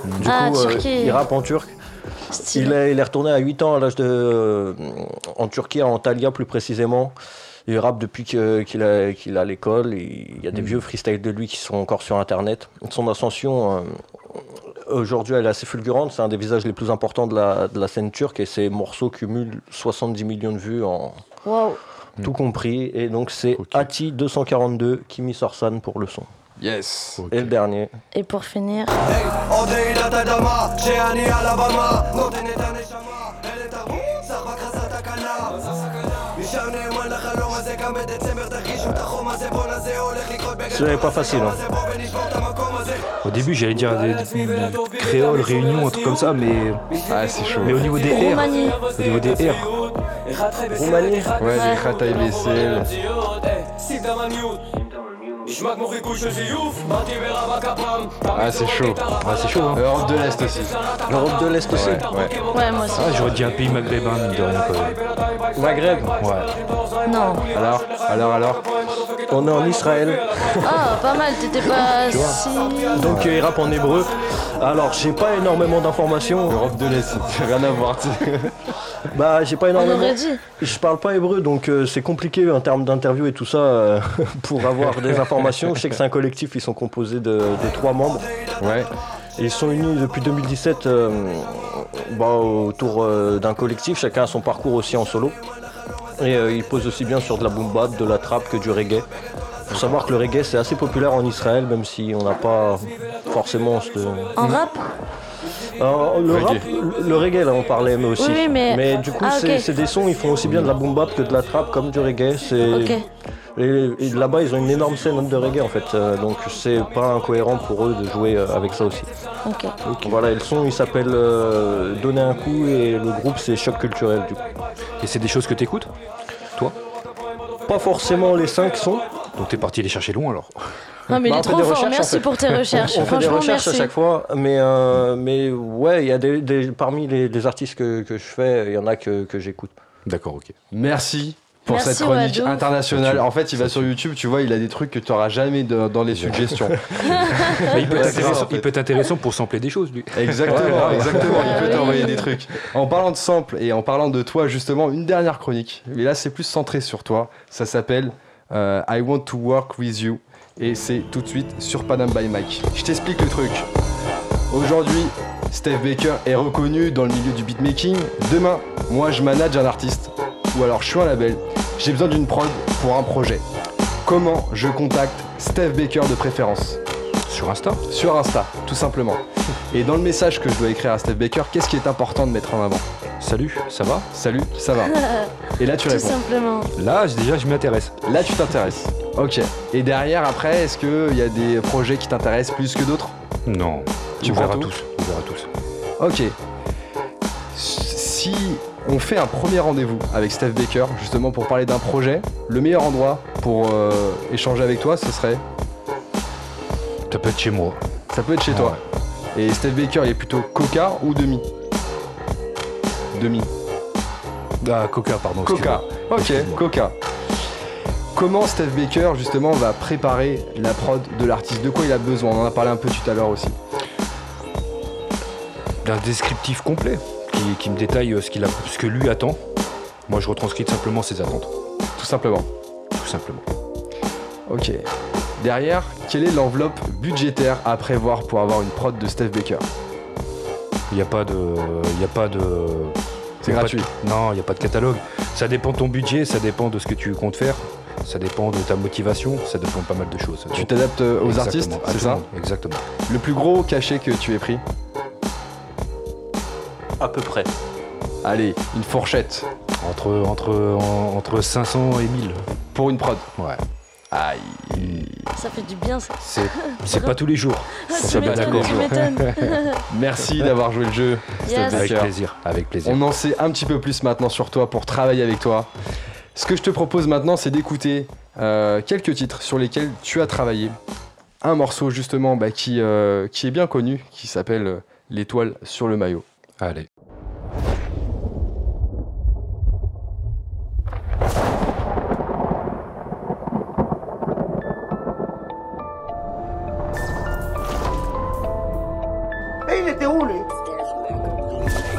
[SPEAKER 4] Du
[SPEAKER 3] Ah,
[SPEAKER 4] coup, euh,
[SPEAKER 3] Turquie.
[SPEAKER 4] il rappe en turc.
[SPEAKER 3] Style.
[SPEAKER 4] Il est, il est retourné à 8 ans à l'âge de. euh, en Turquie, à Antalya plus précisément. Il rappe depuis que- qu'il a- qu'il a à l'école. Il il y a
[SPEAKER 2] Hmm.
[SPEAKER 4] des vieux freestyles de lui qui sont encore sur internet. Son ascension, euh, aujourd'hui, elle est assez fulgurante. C'est un des visages les plus importants de la, de la scène turque et ses morceaux cumulent 70 millions de vues en
[SPEAKER 3] Waouh.
[SPEAKER 4] tout compris. Et donc, c'est
[SPEAKER 2] Hmm. Ok.
[SPEAKER 4] Ati 242, Kimi Sorsan pour le son.
[SPEAKER 2] Yes.
[SPEAKER 4] Et le dernier.
[SPEAKER 3] Et pour finir,
[SPEAKER 4] Celui-là est pas facile. hein.
[SPEAKER 6] Au début, j'allais dire des, des créoles, réunions, un truc comme ça, mais,
[SPEAKER 2] Ah, c'est chaud.
[SPEAKER 6] mais au niveau des R,
[SPEAKER 3] Roumanie.
[SPEAKER 6] au niveau des R,
[SPEAKER 4] Roumanie
[SPEAKER 2] Ouais,
[SPEAKER 3] Ouais.
[SPEAKER 2] les Khatay Bessel. Ah, c'est chaud. Euh,
[SPEAKER 6] ah, c'est chaud. Hein.
[SPEAKER 2] Europe de l'Est aussi.
[SPEAKER 4] L'Europe de l'Est aussi.
[SPEAKER 2] Ouais, ouais.
[SPEAKER 3] Ouais, moi aussi.
[SPEAKER 6] Ah, j'aurais dit un pays maghrébin, mine de rien. Quoi.
[SPEAKER 4] Maghreb.
[SPEAKER 6] Ouais.
[SPEAKER 3] Non.
[SPEAKER 2] Alors, alors, alors.
[SPEAKER 4] On est en Israël.
[SPEAKER 3] Ah, pas mal, t'étais pas si.
[SPEAKER 4] Donc euh, il rappe en hébreu. Alors j'ai pas énormément d'informations.
[SPEAKER 2] Europe de l'Est, rien à voir. tu sais.
[SPEAKER 4] Bah j'ai pas
[SPEAKER 3] On
[SPEAKER 4] énormément.
[SPEAKER 3] aurait dit.
[SPEAKER 4] Je parle pas hébreu donc euh, c'est compliqué en termes d'interview et tout ça euh, [laughs] pour avoir des informations. Je sais que c'est un collectif, ils sont composés de, de trois membres.
[SPEAKER 2] Ouais.
[SPEAKER 4] Et Ils sont unis depuis 2017 euh, bah, autour euh, d'un collectif, chacun a son parcours aussi en solo. Et euh, ils posent aussi bien sur de la boom bap, de la trap que du reggae. Faut savoir que le reggae c'est assez populaire en Israël, même si on n'a pas forcément ce-
[SPEAKER 3] En rap
[SPEAKER 4] Alors, le,
[SPEAKER 2] Reggae.
[SPEAKER 4] rap, le- le reggae, là, on parlait, mais aussi.
[SPEAKER 3] Oui, oui, mais-
[SPEAKER 4] du coup,
[SPEAKER 3] Ah,
[SPEAKER 4] c'est
[SPEAKER 3] ok.
[SPEAKER 4] c'est des sons, ils font aussi bien de la boom bap que de la trap, comme du reggae. C'est-
[SPEAKER 3] Ok.
[SPEAKER 4] Et, et là-bas, ils ont une énorme scène de reggae, en fait. euh, donc, c'est pas incohérent pour eux de jouer euh, avec ça aussi.
[SPEAKER 3] Ok.
[SPEAKER 4] Voilà, et le son, il s'appelle euh, Donner un coup, et le groupe, c'est Choc Culturel, du coup.
[SPEAKER 6] Et c'est des choses que t'écoutes Toi
[SPEAKER 4] Pas forcément les cinq sons.
[SPEAKER 6] Donc t'es parti les chercher loin alors
[SPEAKER 3] Non, mais il est
[SPEAKER 4] Bah, on fait
[SPEAKER 3] trop
[SPEAKER 4] des
[SPEAKER 3] fort.
[SPEAKER 4] recherches, en
[SPEAKER 3] Merci
[SPEAKER 4] fait.
[SPEAKER 3] pour tes recherches.
[SPEAKER 4] [laughs] On fait des
[SPEAKER 3] Franchement,
[SPEAKER 4] recherches à
[SPEAKER 3] merci.
[SPEAKER 4] chaque fois, mais, euh, mais ouais, il y a des, des- parmi les, les artistes que, que je fais, il y en a que, que j'écoute.
[SPEAKER 6] [laughs] D'accord, ok.
[SPEAKER 2] Merci pour
[SPEAKER 3] Merci,
[SPEAKER 2] cette chronique
[SPEAKER 3] Wado.
[SPEAKER 2] internationale. En fait, il va sur YouTube, tu vois, il a des trucs que tu n'auras jamais de- dans les suggestions.
[SPEAKER 6] Mais Bah, il, peut
[SPEAKER 2] Ouais,
[SPEAKER 6] être
[SPEAKER 2] c'est
[SPEAKER 6] intéressant,
[SPEAKER 2] ça, en fait.
[SPEAKER 6] il peut être intéressant pour sampler des choses, lui.
[SPEAKER 2] Exactement, exactement. Il peut
[SPEAKER 3] Ah oui.
[SPEAKER 2] t'envoyer des trucs. En parlant de sample et en parlant de toi, justement, une dernière chronique. Mais là, c'est plus centré sur toi. Ça s'appelle euh, I Want to Work with You. Et c'est tout de suite sur Panam by Mike. Je t'explique le truc. Aujourd'hui, Steve Baker est reconnu dans le milieu du beatmaking. Demain, moi, je manage un artiste. Ou alors, je suis un label. J'ai besoin d'une prod pour un projet. Comment je contacte Steve Baker de préférence
[SPEAKER 6] Sur Insta
[SPEAKER 2] sur Insta, tout simplement. Et dans le message que je dois écrire à Steph Baker, qu'est-ce qui est important de mettre en avant
[SPEAKER 6] Salut, ça va
[SPEAKER 2] Salut, ça va Et là tu
[SPEAKER 3] Tout
[SPEAKER 2] réponds.
[SPEAKER 3] simplement.
[SPEAKER 6] Là, j- déjà, je m'y intéresse.
[SPEAKER 2] Là tu t'intéresses. Ok. Et derrière après, est-ce qu'il y a des projets qui t'intéressent plus que d'autres
[SPEAKER 6] Non.
[SPEAKER 2] Tu
[SPEAKER 6] on
[SPEAKER 2] prends
[SPEAKER 6] verra
[SPEAKER 2] tout
[SPEAKER 6] tous. On verra tous.
[SPEAKER 2] Ok. Si on fait un premier rendez-vous avec Steph Baker, justement pour parler d'un projet, le meilleur endroit pour euh, échanger avec toi, ce serait
[SPEAKER 6] Ça peut être chez moi.
[SPEAKER 2] Ça peut être chez toi. Et Steph Baker, il est plutôt coca ou demi Demi.
[SPEAKER 6] Ah, Coca, pardon.
[SPEAKER 2] Coca. Ok,
[SPEAKER 6] Excuse-moi.
[SPEAKER 2] Coca. Comment Steph Baker justement va préparer la prod de l'artiste De quoi il a besoin On en a parlé un peu tout à l'heure aussi.
[SPEAKER 6] D'un descriptif complet qui, qui me détaille euh, ce, qu'il a, ce que lui attend. Moi, je retranscris simplement ses attentes.
[SPEAKER 2] Tout simplement.
[SPEAKER 6] Tout simplement.
[SPEAKER 2] Ok. Derrière, quelle est l'enveloppe budgétaire à prévoir pour avoir une prod de Steph Baker
[SPEAKER 6] Il n'y a pas de. Il n'y a pas de.
[SPEAKER 2] C'est
[SPEAKER 6] il y a pas
[SPEAKER 2] gratuit.
[SPEAKER 6] de- non, il n'y a pas de catalogue. Ça dépend de ton budget, ça dépend de ce que tu comptes faire, ça dépend de ta motivation, ça dépend de pas mal de choses.
[SPEAKER 2] Tu
[SPEAKER 6] Donc,
[SPEAKER 2] t'adaptes euh, aux
[SPEAKER 6] exactement,
[SPEAKER 2] artistes,
[SPEAKER 6] à
[SPEAKER 2] c'est
[SPEAKER 6] tout
[SPEAKER 2] ça
[SPEAKER 6] le monde, Exactement.
[SPEAKER 2] Le plus gros cachet que tu aies pris
[SPEAKER 4] À peu près.
[SPEAKER 2] Allez, une fourchette
[SPEAKER 6] Entre, entre, en- entre 500 et 1000.
[SPEAKER 2] pour une prod.
[SPEAKER 6] Ouais.
[SPEAKER 2] Aïe.
[SPEAKER 3] Ça fait du bien, ça.
[SPEAKER 6] C'est c'est pas tous les jours.
[SPEAKER 3] Ah,
[SPEAKER 2] Ça
[SPEAKER 3] tu
[SPEAKER 2] s'appelle
[SPEAKER 3] m'étonnes,
[SPEAKER 2] accord.
[SPEAKER 3] tu
[SPEAKER 4] [laughs]
[SPEAKER 3] m'étonnes.
[SPEAKER 2] Merci d'avoir joué le jeu.
[SPEAKER 3] Yes.
[SPEAKER 6] Avec
[SPEAKER 2] Baker.
[SPEAKER 6] plaisir, avec plaisir.
[SPEAKER 2] On en sait un petit peu plus maintenant sur toi pour travailler avec toi. Ce que je te propose maintenant, c'est d'écouter euh, quelques titres sur lesquels tu as travaillé. Un morceau justement bah, qui, euh, qui est bien connu, qui s'appelle euh, L'étoile sur le maillot.
[SPEAKER 6] Allez.
[SPEAKER 5] Et il était où, lui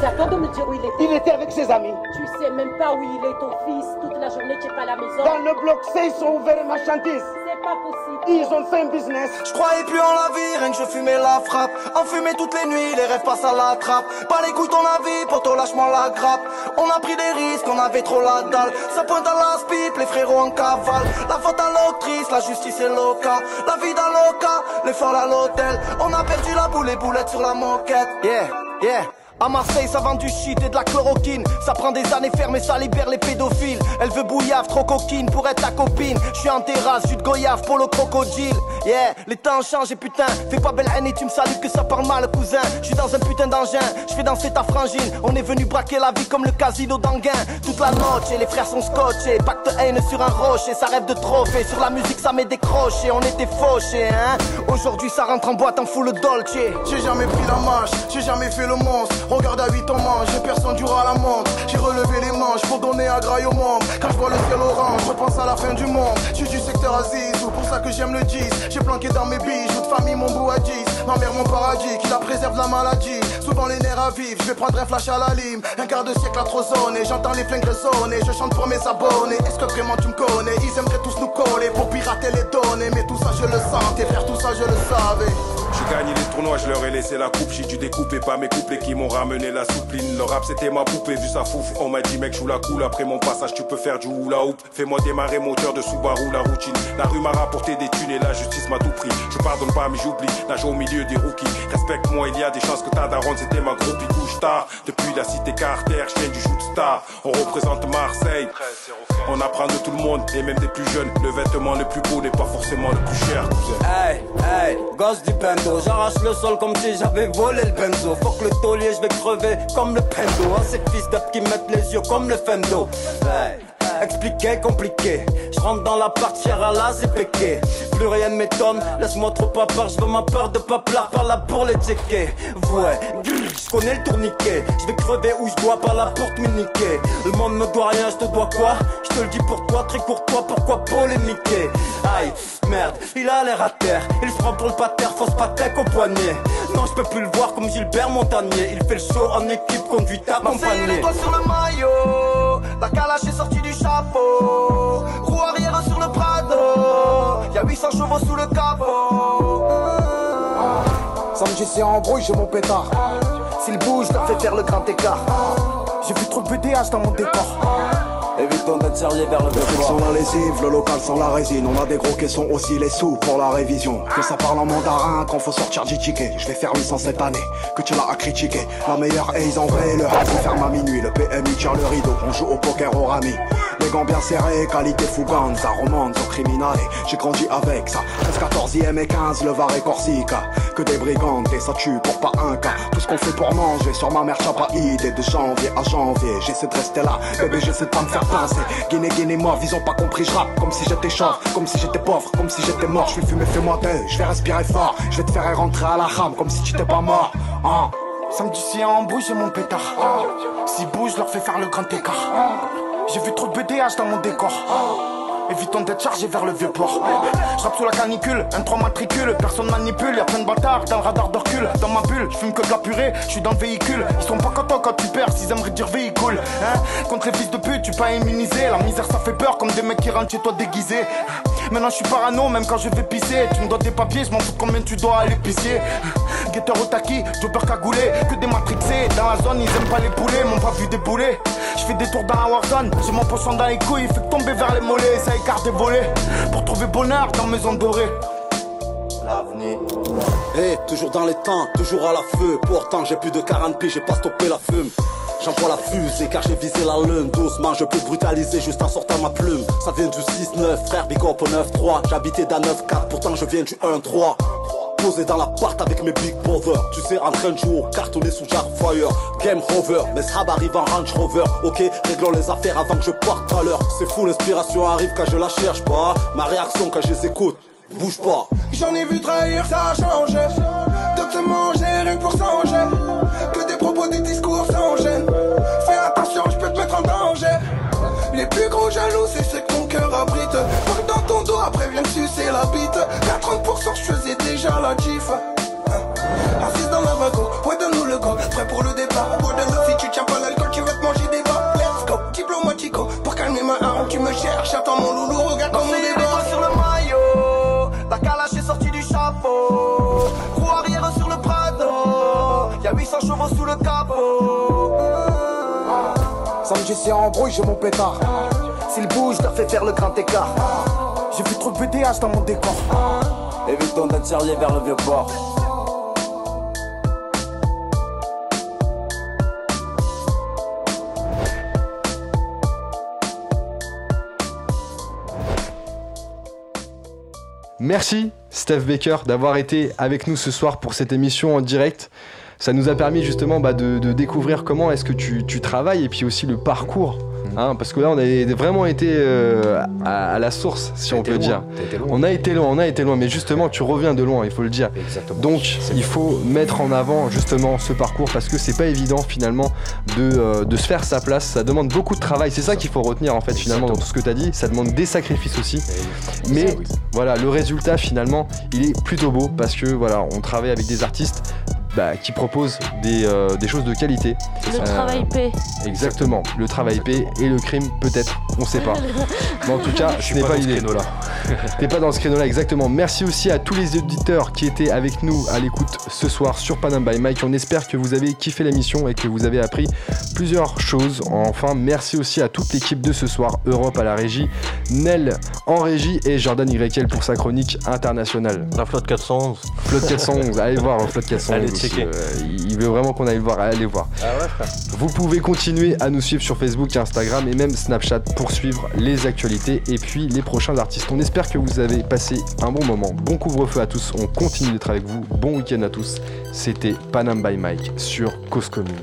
[SPEAKER 10] C'est à toi de me dire où il était.
[SPEAKER 5] Il était avec ses amis.
[SPEAKER 10] Tu sais même pas où il est, ton fils. Toute la journée, tu es pas à la maison.
[SPEAKER 5] Dans le bloc C, ils sont ouverts les marchandises.
[SPEAKER 10] C'est pas possible.
[SPEAKER 5] Ils ont fait un business.
[SPEAKER 11] Je croyais plus en la vie, rien que je fumais la frappe. En fumée toutes les nuits, les rêves passent à la trappe. Pas les couilles ton avis, poto lâche-moi la grappe. On a pris des risques, on avait trop la dalle. Ça pointe à la pipe, les frérots en cavale. La faute à l'autrice, la justice est loca. La vie d'un loca, les folles à l'hôtel. On a perdu la boule, les boulettes sur la moquette. Yeah, yeah. À Marseille, ça vend du shit et de la chloroquine. Ça prend des années fermes et ça libère les pédophiles. Elle veut bouillave, trop coquine pour être ta copine. Je suis en terrasse, jus de goyave pour le crocodile. Yeah, les temps changent et putain, fais pas belle haine et tu me salues que ça parle mal, cousin. Je suis dans un putain d'engin, je fais danser ta frangine. On est venu braquer la vie comme le casino d'Anguin. Toute la noche, et les frères sont scotchés. Pacte haine sur un rocher, ça rêve de trophée. Sur la musique, ça m'est décroché, on était fauchés, hein. Aujourd'hui, ça rentre en boîte en full dolce. J'ai jamais pris la marche, j'ai jamais fait le monstre. Regarde à 8 en manche, j'ai personne du ras à la montre. J'ai relevé les manches pour donner un graille au monde. Quand je vois le ciel orange, je pense à la fin du monde. Je suis du secteur Aziz, c'est pour ça que j'aime le 10. J'ai planqué dans mes billes, de famille mon bout à 10. Ma mère, mon paradis, qui la préserve de la maladie. Souvent les nerfs à vivre, je vais prendre un flash à la lime. Un quart de siècle à trop et j'entends les flingues résonner. Je chante pour mes abonnés, est-ce que vraiment tu me connais Ils aimeraient tous nous coller pour pirater les données. Mais tout ça je le sentais, frère, tout ça je le savais.
[SPEAKER 12] J'ai gagné les tournois, je leur ai laissé la coupe. J'ai dû découper pas mes couplets qui m'ont ramené la soupline. Le rap c'était ma poupée, vu sa fouf. On m'a dit mec, joue la cool. Après mon passage, tu peux faire du hula hoop. Fais-moi démarrer moteur de Subaru, la routine. La rue m'a rapporté des thunes et la justice m'a tout pris. Je pardonne pas, mais j'oublie. Nage au milieu des rookies. Respecte-moi, il y a des chances que ta daronne c'était ma groupie. Couche tard. Depuis la cité Carter, je viens du shoot star. On représente Marseille. On apprend de tout le monde et même des plus jeunes. Le vêtement le plus beau n'est pas forcément le plus cher, cousin.
[SPEAKER 11] Hey, hey, gosse du pendo, j'arrache le sol comme si j'avais volé le benzo. Faut que le taulier, je vais crever comme le pendo. Hein, ces fils d'up qui mettent les yeux comme le fendo. Hey, expliqué, compliqué. Je rentre dans la partière à la péqué Plus rien ne m'étonne, laisse-moi trop à part. Je veux ma peur de pas plaire par là pour les checker. Ouais, je connais le tourniquet. Je vais crever où je dois, par là pour te me niquer. Le monde me doit rien, je te dois quoi Je te le dis pour toi, très courtois, pourquoi polémiquer Aïe, merde, il a l'air à terre. Il se prend pour le pater, fausse patèque au poignet. Non, je peux plus le voir comme Gilbert Montagnier. Il fait le show en équipe, conduite accompagnée. les doigts sur le maillot, la calache est sortie du chapeau. Roue arrière sur le Prado, y'a 800 chevaux sous le capot. Samedi, c'est embrouille, j'ai mon pétard. S'il bouge, t'as fait faire le grand écart. J'ai vu trop de BDH dans mon décor. Évitons d'être serré vers le
[SPEAKER 12] Ils
[SPEAKER 11] devoir.
[SPEAKER 12] sont dans les îles, le local sans la résine. On a des gros qui sont aussi les sous pour la révision. Que ça parle en mandarin quand faut sortir du ticket. Je vais faire 800 cette année, que tu l'as à critiquer. La meilleure et ils en vrai, le rap on ferme à minuit. Le PMI tire le rideau, on joue au poker au rami. Les gants bien serrés, qualité fougante, ça remonte au criminel. J'ai grandi avec ça, 13, 14e et 15, le Var et Corsica. Que des brigandes et ça tue pour pas un cas. Tout ce qu'on fait pour manger sur ma mère chapaïde. Et de janvier à janvier, j'essaie de rester là. Bébé, j'essaie de pas me faire pincer. Guinée, Guinée, mort, ils ont pas compris. Je rappe comme si j'étais chauve, comme si j'étais pauvre, comme si j'étais mort. Je vais fumer, fais-moi deux. Je vais respirer fort. Je vais te faire rentrer à la rame comme si tu t'es pas mort.
[SPEAKER 5] Ah.
[SPEAKER 12] Hein.
[SPEAKER 5] Samedi, c'est embrouille, j'ai mon pétard. S'ils bougent, je leur fais faire le grand écart. Ah. J'ai vu trop de BDH dans mon décor. Ah. Évitons d'être chargé vers le vieux port. Ah. Je rappe sous la canicule, un 3 matricule. Personne manipule, y'a plein de bâtards dans le radar de recul. Dans ma bulle, je fume que de la purée, je suis dans le véhicule. Ils sont pas contents quand tu perds, ils aimeraient dire véhicule. Hein Contre les fils de pute, tu pas immunisé. La misère, ça fait peur, comme des mecs qui rentrent chez toi déguisés. Maintenant, je suis parano, même quand je vais pisser. Tu me dois des papiers, je m'en fous de combien tu dois à l'épicier. Guetteur au taquis, jobber cagoulé, que des matrixés. Dans la zone, ils aiment pas les poulets, m'ont pas vu débouler. Je fais des tours dans la Warzone, j'ai mon poisson dans les couilles, il fait tomber vers les mollets, ça écarte des volets. Pour trouver bonheur dans maison dorée.
[SPEAKER 11] Eh, toujours dans les temps, toujours à la feu. Pourtant, j'ai plus de 40 piges, j'ai pas stoppé la fume.
[SPEAKER 13] J'envoie la fusée car j'ai visé la lune Doucement je peux brutaliser juste en sortant ma plume Ça vient du 6-9 frère Big Up au 9-3 J'habitais d'un 9-4 pourtant je viens du 1-3 Posé dans l'appart avec mes big brother Tu sais en train de jouer au cartonné sous Jarfire Game Rover, mes srabs arrivent en Range Rover Ok, réglons les affaires avant que je parte à l'heure C'est fou, l'inspiration arrive quand je la cherche pas Ma réaction quand je les écoute, bouge pas
[SPEAKER 8] J'en ai vu trahir, ça a changé. D'autres se manger, rien que pour s'enchaîner. Que des propos, des discours sans gêne. Fais attention, je peux te mettre en danger. Les plus gros jaloux, c'est ceux que ton cœur abrite. Parle dans ton dos, après viens me sucer la bite. Qu'à 30%, je faisais déjà la gif. Assise dans la wagon, ouais, donne-nous le go. Prêt pour le départ, bois de l'eau. Si tu tiens pas l'alcool, tu vas te manger des bas. Let's go, diplomatico. Pour calmer ma haine, tu me cherches. Attends mon loulou, regarde comment on débat. sur le maillot, la calache est sortie du chapeau. Roue arrière sur le Prado, y'a 800 chevaux sous le capot.
[SPEAKER 11] Samedi c'est en brouille, j'ai mon pétard. S'il bouge, je leur fais faire le grand écart. J'ai vu trop de BDH dans mon décor.
[SPEAKER 13] Évitons d'être serré vers le vieux port
[SPEAKER 2] Merci Steph Baker d'avoir été avec nous ce soir pour cette émission en direct. Ça nous a permis justement bah, de, de découvrir comment est-ce que tu, tu travailles et puis aussi le parcours.
[SPEAKER 6] Mm.
[SPEAKER 2] hein, parce que là, on a vraiment été euh, à, à la source, si on peut
[SPEAKER 6] été
[SPEAKER 2] dire.
[SPEAKER 6] loin, t'as été loin.
[SPEAKER 2] On a été loin, on a été loin, mais justement, tu reviens de loin, il faut le dire. Donc, il faut mettre en avant justement ce parcours parce que c'est pas évident finalement de, euh, de se faire sa place. Ça demande beaucoup de travail. C'est ça qu'il faut retenir en fait finalement dans tout ce que tu as dit. Ça demande des sacrifices aussi. Mais voilà, le résultat finalement, il est plutôt beau parce que voilà, on travaille avec des artistes. bah, qui proposent des, euh, des choses de qualité.
[SPEAKER 3] Le
[SPEAKER 2] Euh,
[SPEAKER 3] travail paie.
[SPEAKER 2] Exactement, le travail paie et le crime peut-être, on sait
[SPEAKER 6] [laughs]
[SPEAKER 2] pas. Mais en tout cas,
[SPEAKER 6] Je
[SPEAKER 2] je
[SPEAKER 6] suis
[SPEAKER 2] n'ai
[SPEAKER 6] pas
[SPEAKER 2] pas,
[SPEAKER 6] dans ce
[SPEAKER 2] l'idée.
[SPEAKER 6] créneau-là.
[SPEAKER 2] T'es pas dans ce créneau-là, exactement. Merci aussi à tous les auditeurs qui étaient avec nous à l'écoute ce soir sur Panam by Mike. On espère que vous avez kiffé l'émission et que vous avez appris plusieurs choses. Enfin, merci aussi à toute l'équipe de ce soir, Europe à la régie, Nel en régie et Jordan YL pour sa chronique internationale.
[SPEAKER 14] La flotte 411.
[SPEAKER 2] Flotte
[SPEAKER 14] [laughs]
[SPEAKER 2] 411, allez voir hein, Flotte 411.
[SPEAKER 14] Allez
[SPEAKER 2] aussi,
[SPEAKER 14] checker. Ah
[SPEAKER 2] euh, il veut vraiment qu'on aille le voir, allez voir. Vous pouvez continuer à nous suivre sur Facebook, Instagram et même Snapchat pour suivre les actualités et puis les prochains artistes. On espère que vous avez passé un bon moment. Bon couvre-feu à tous, on continue d'être avec vous. Bon week-end à tous. C'était Panam by Mike sur Cause Commune.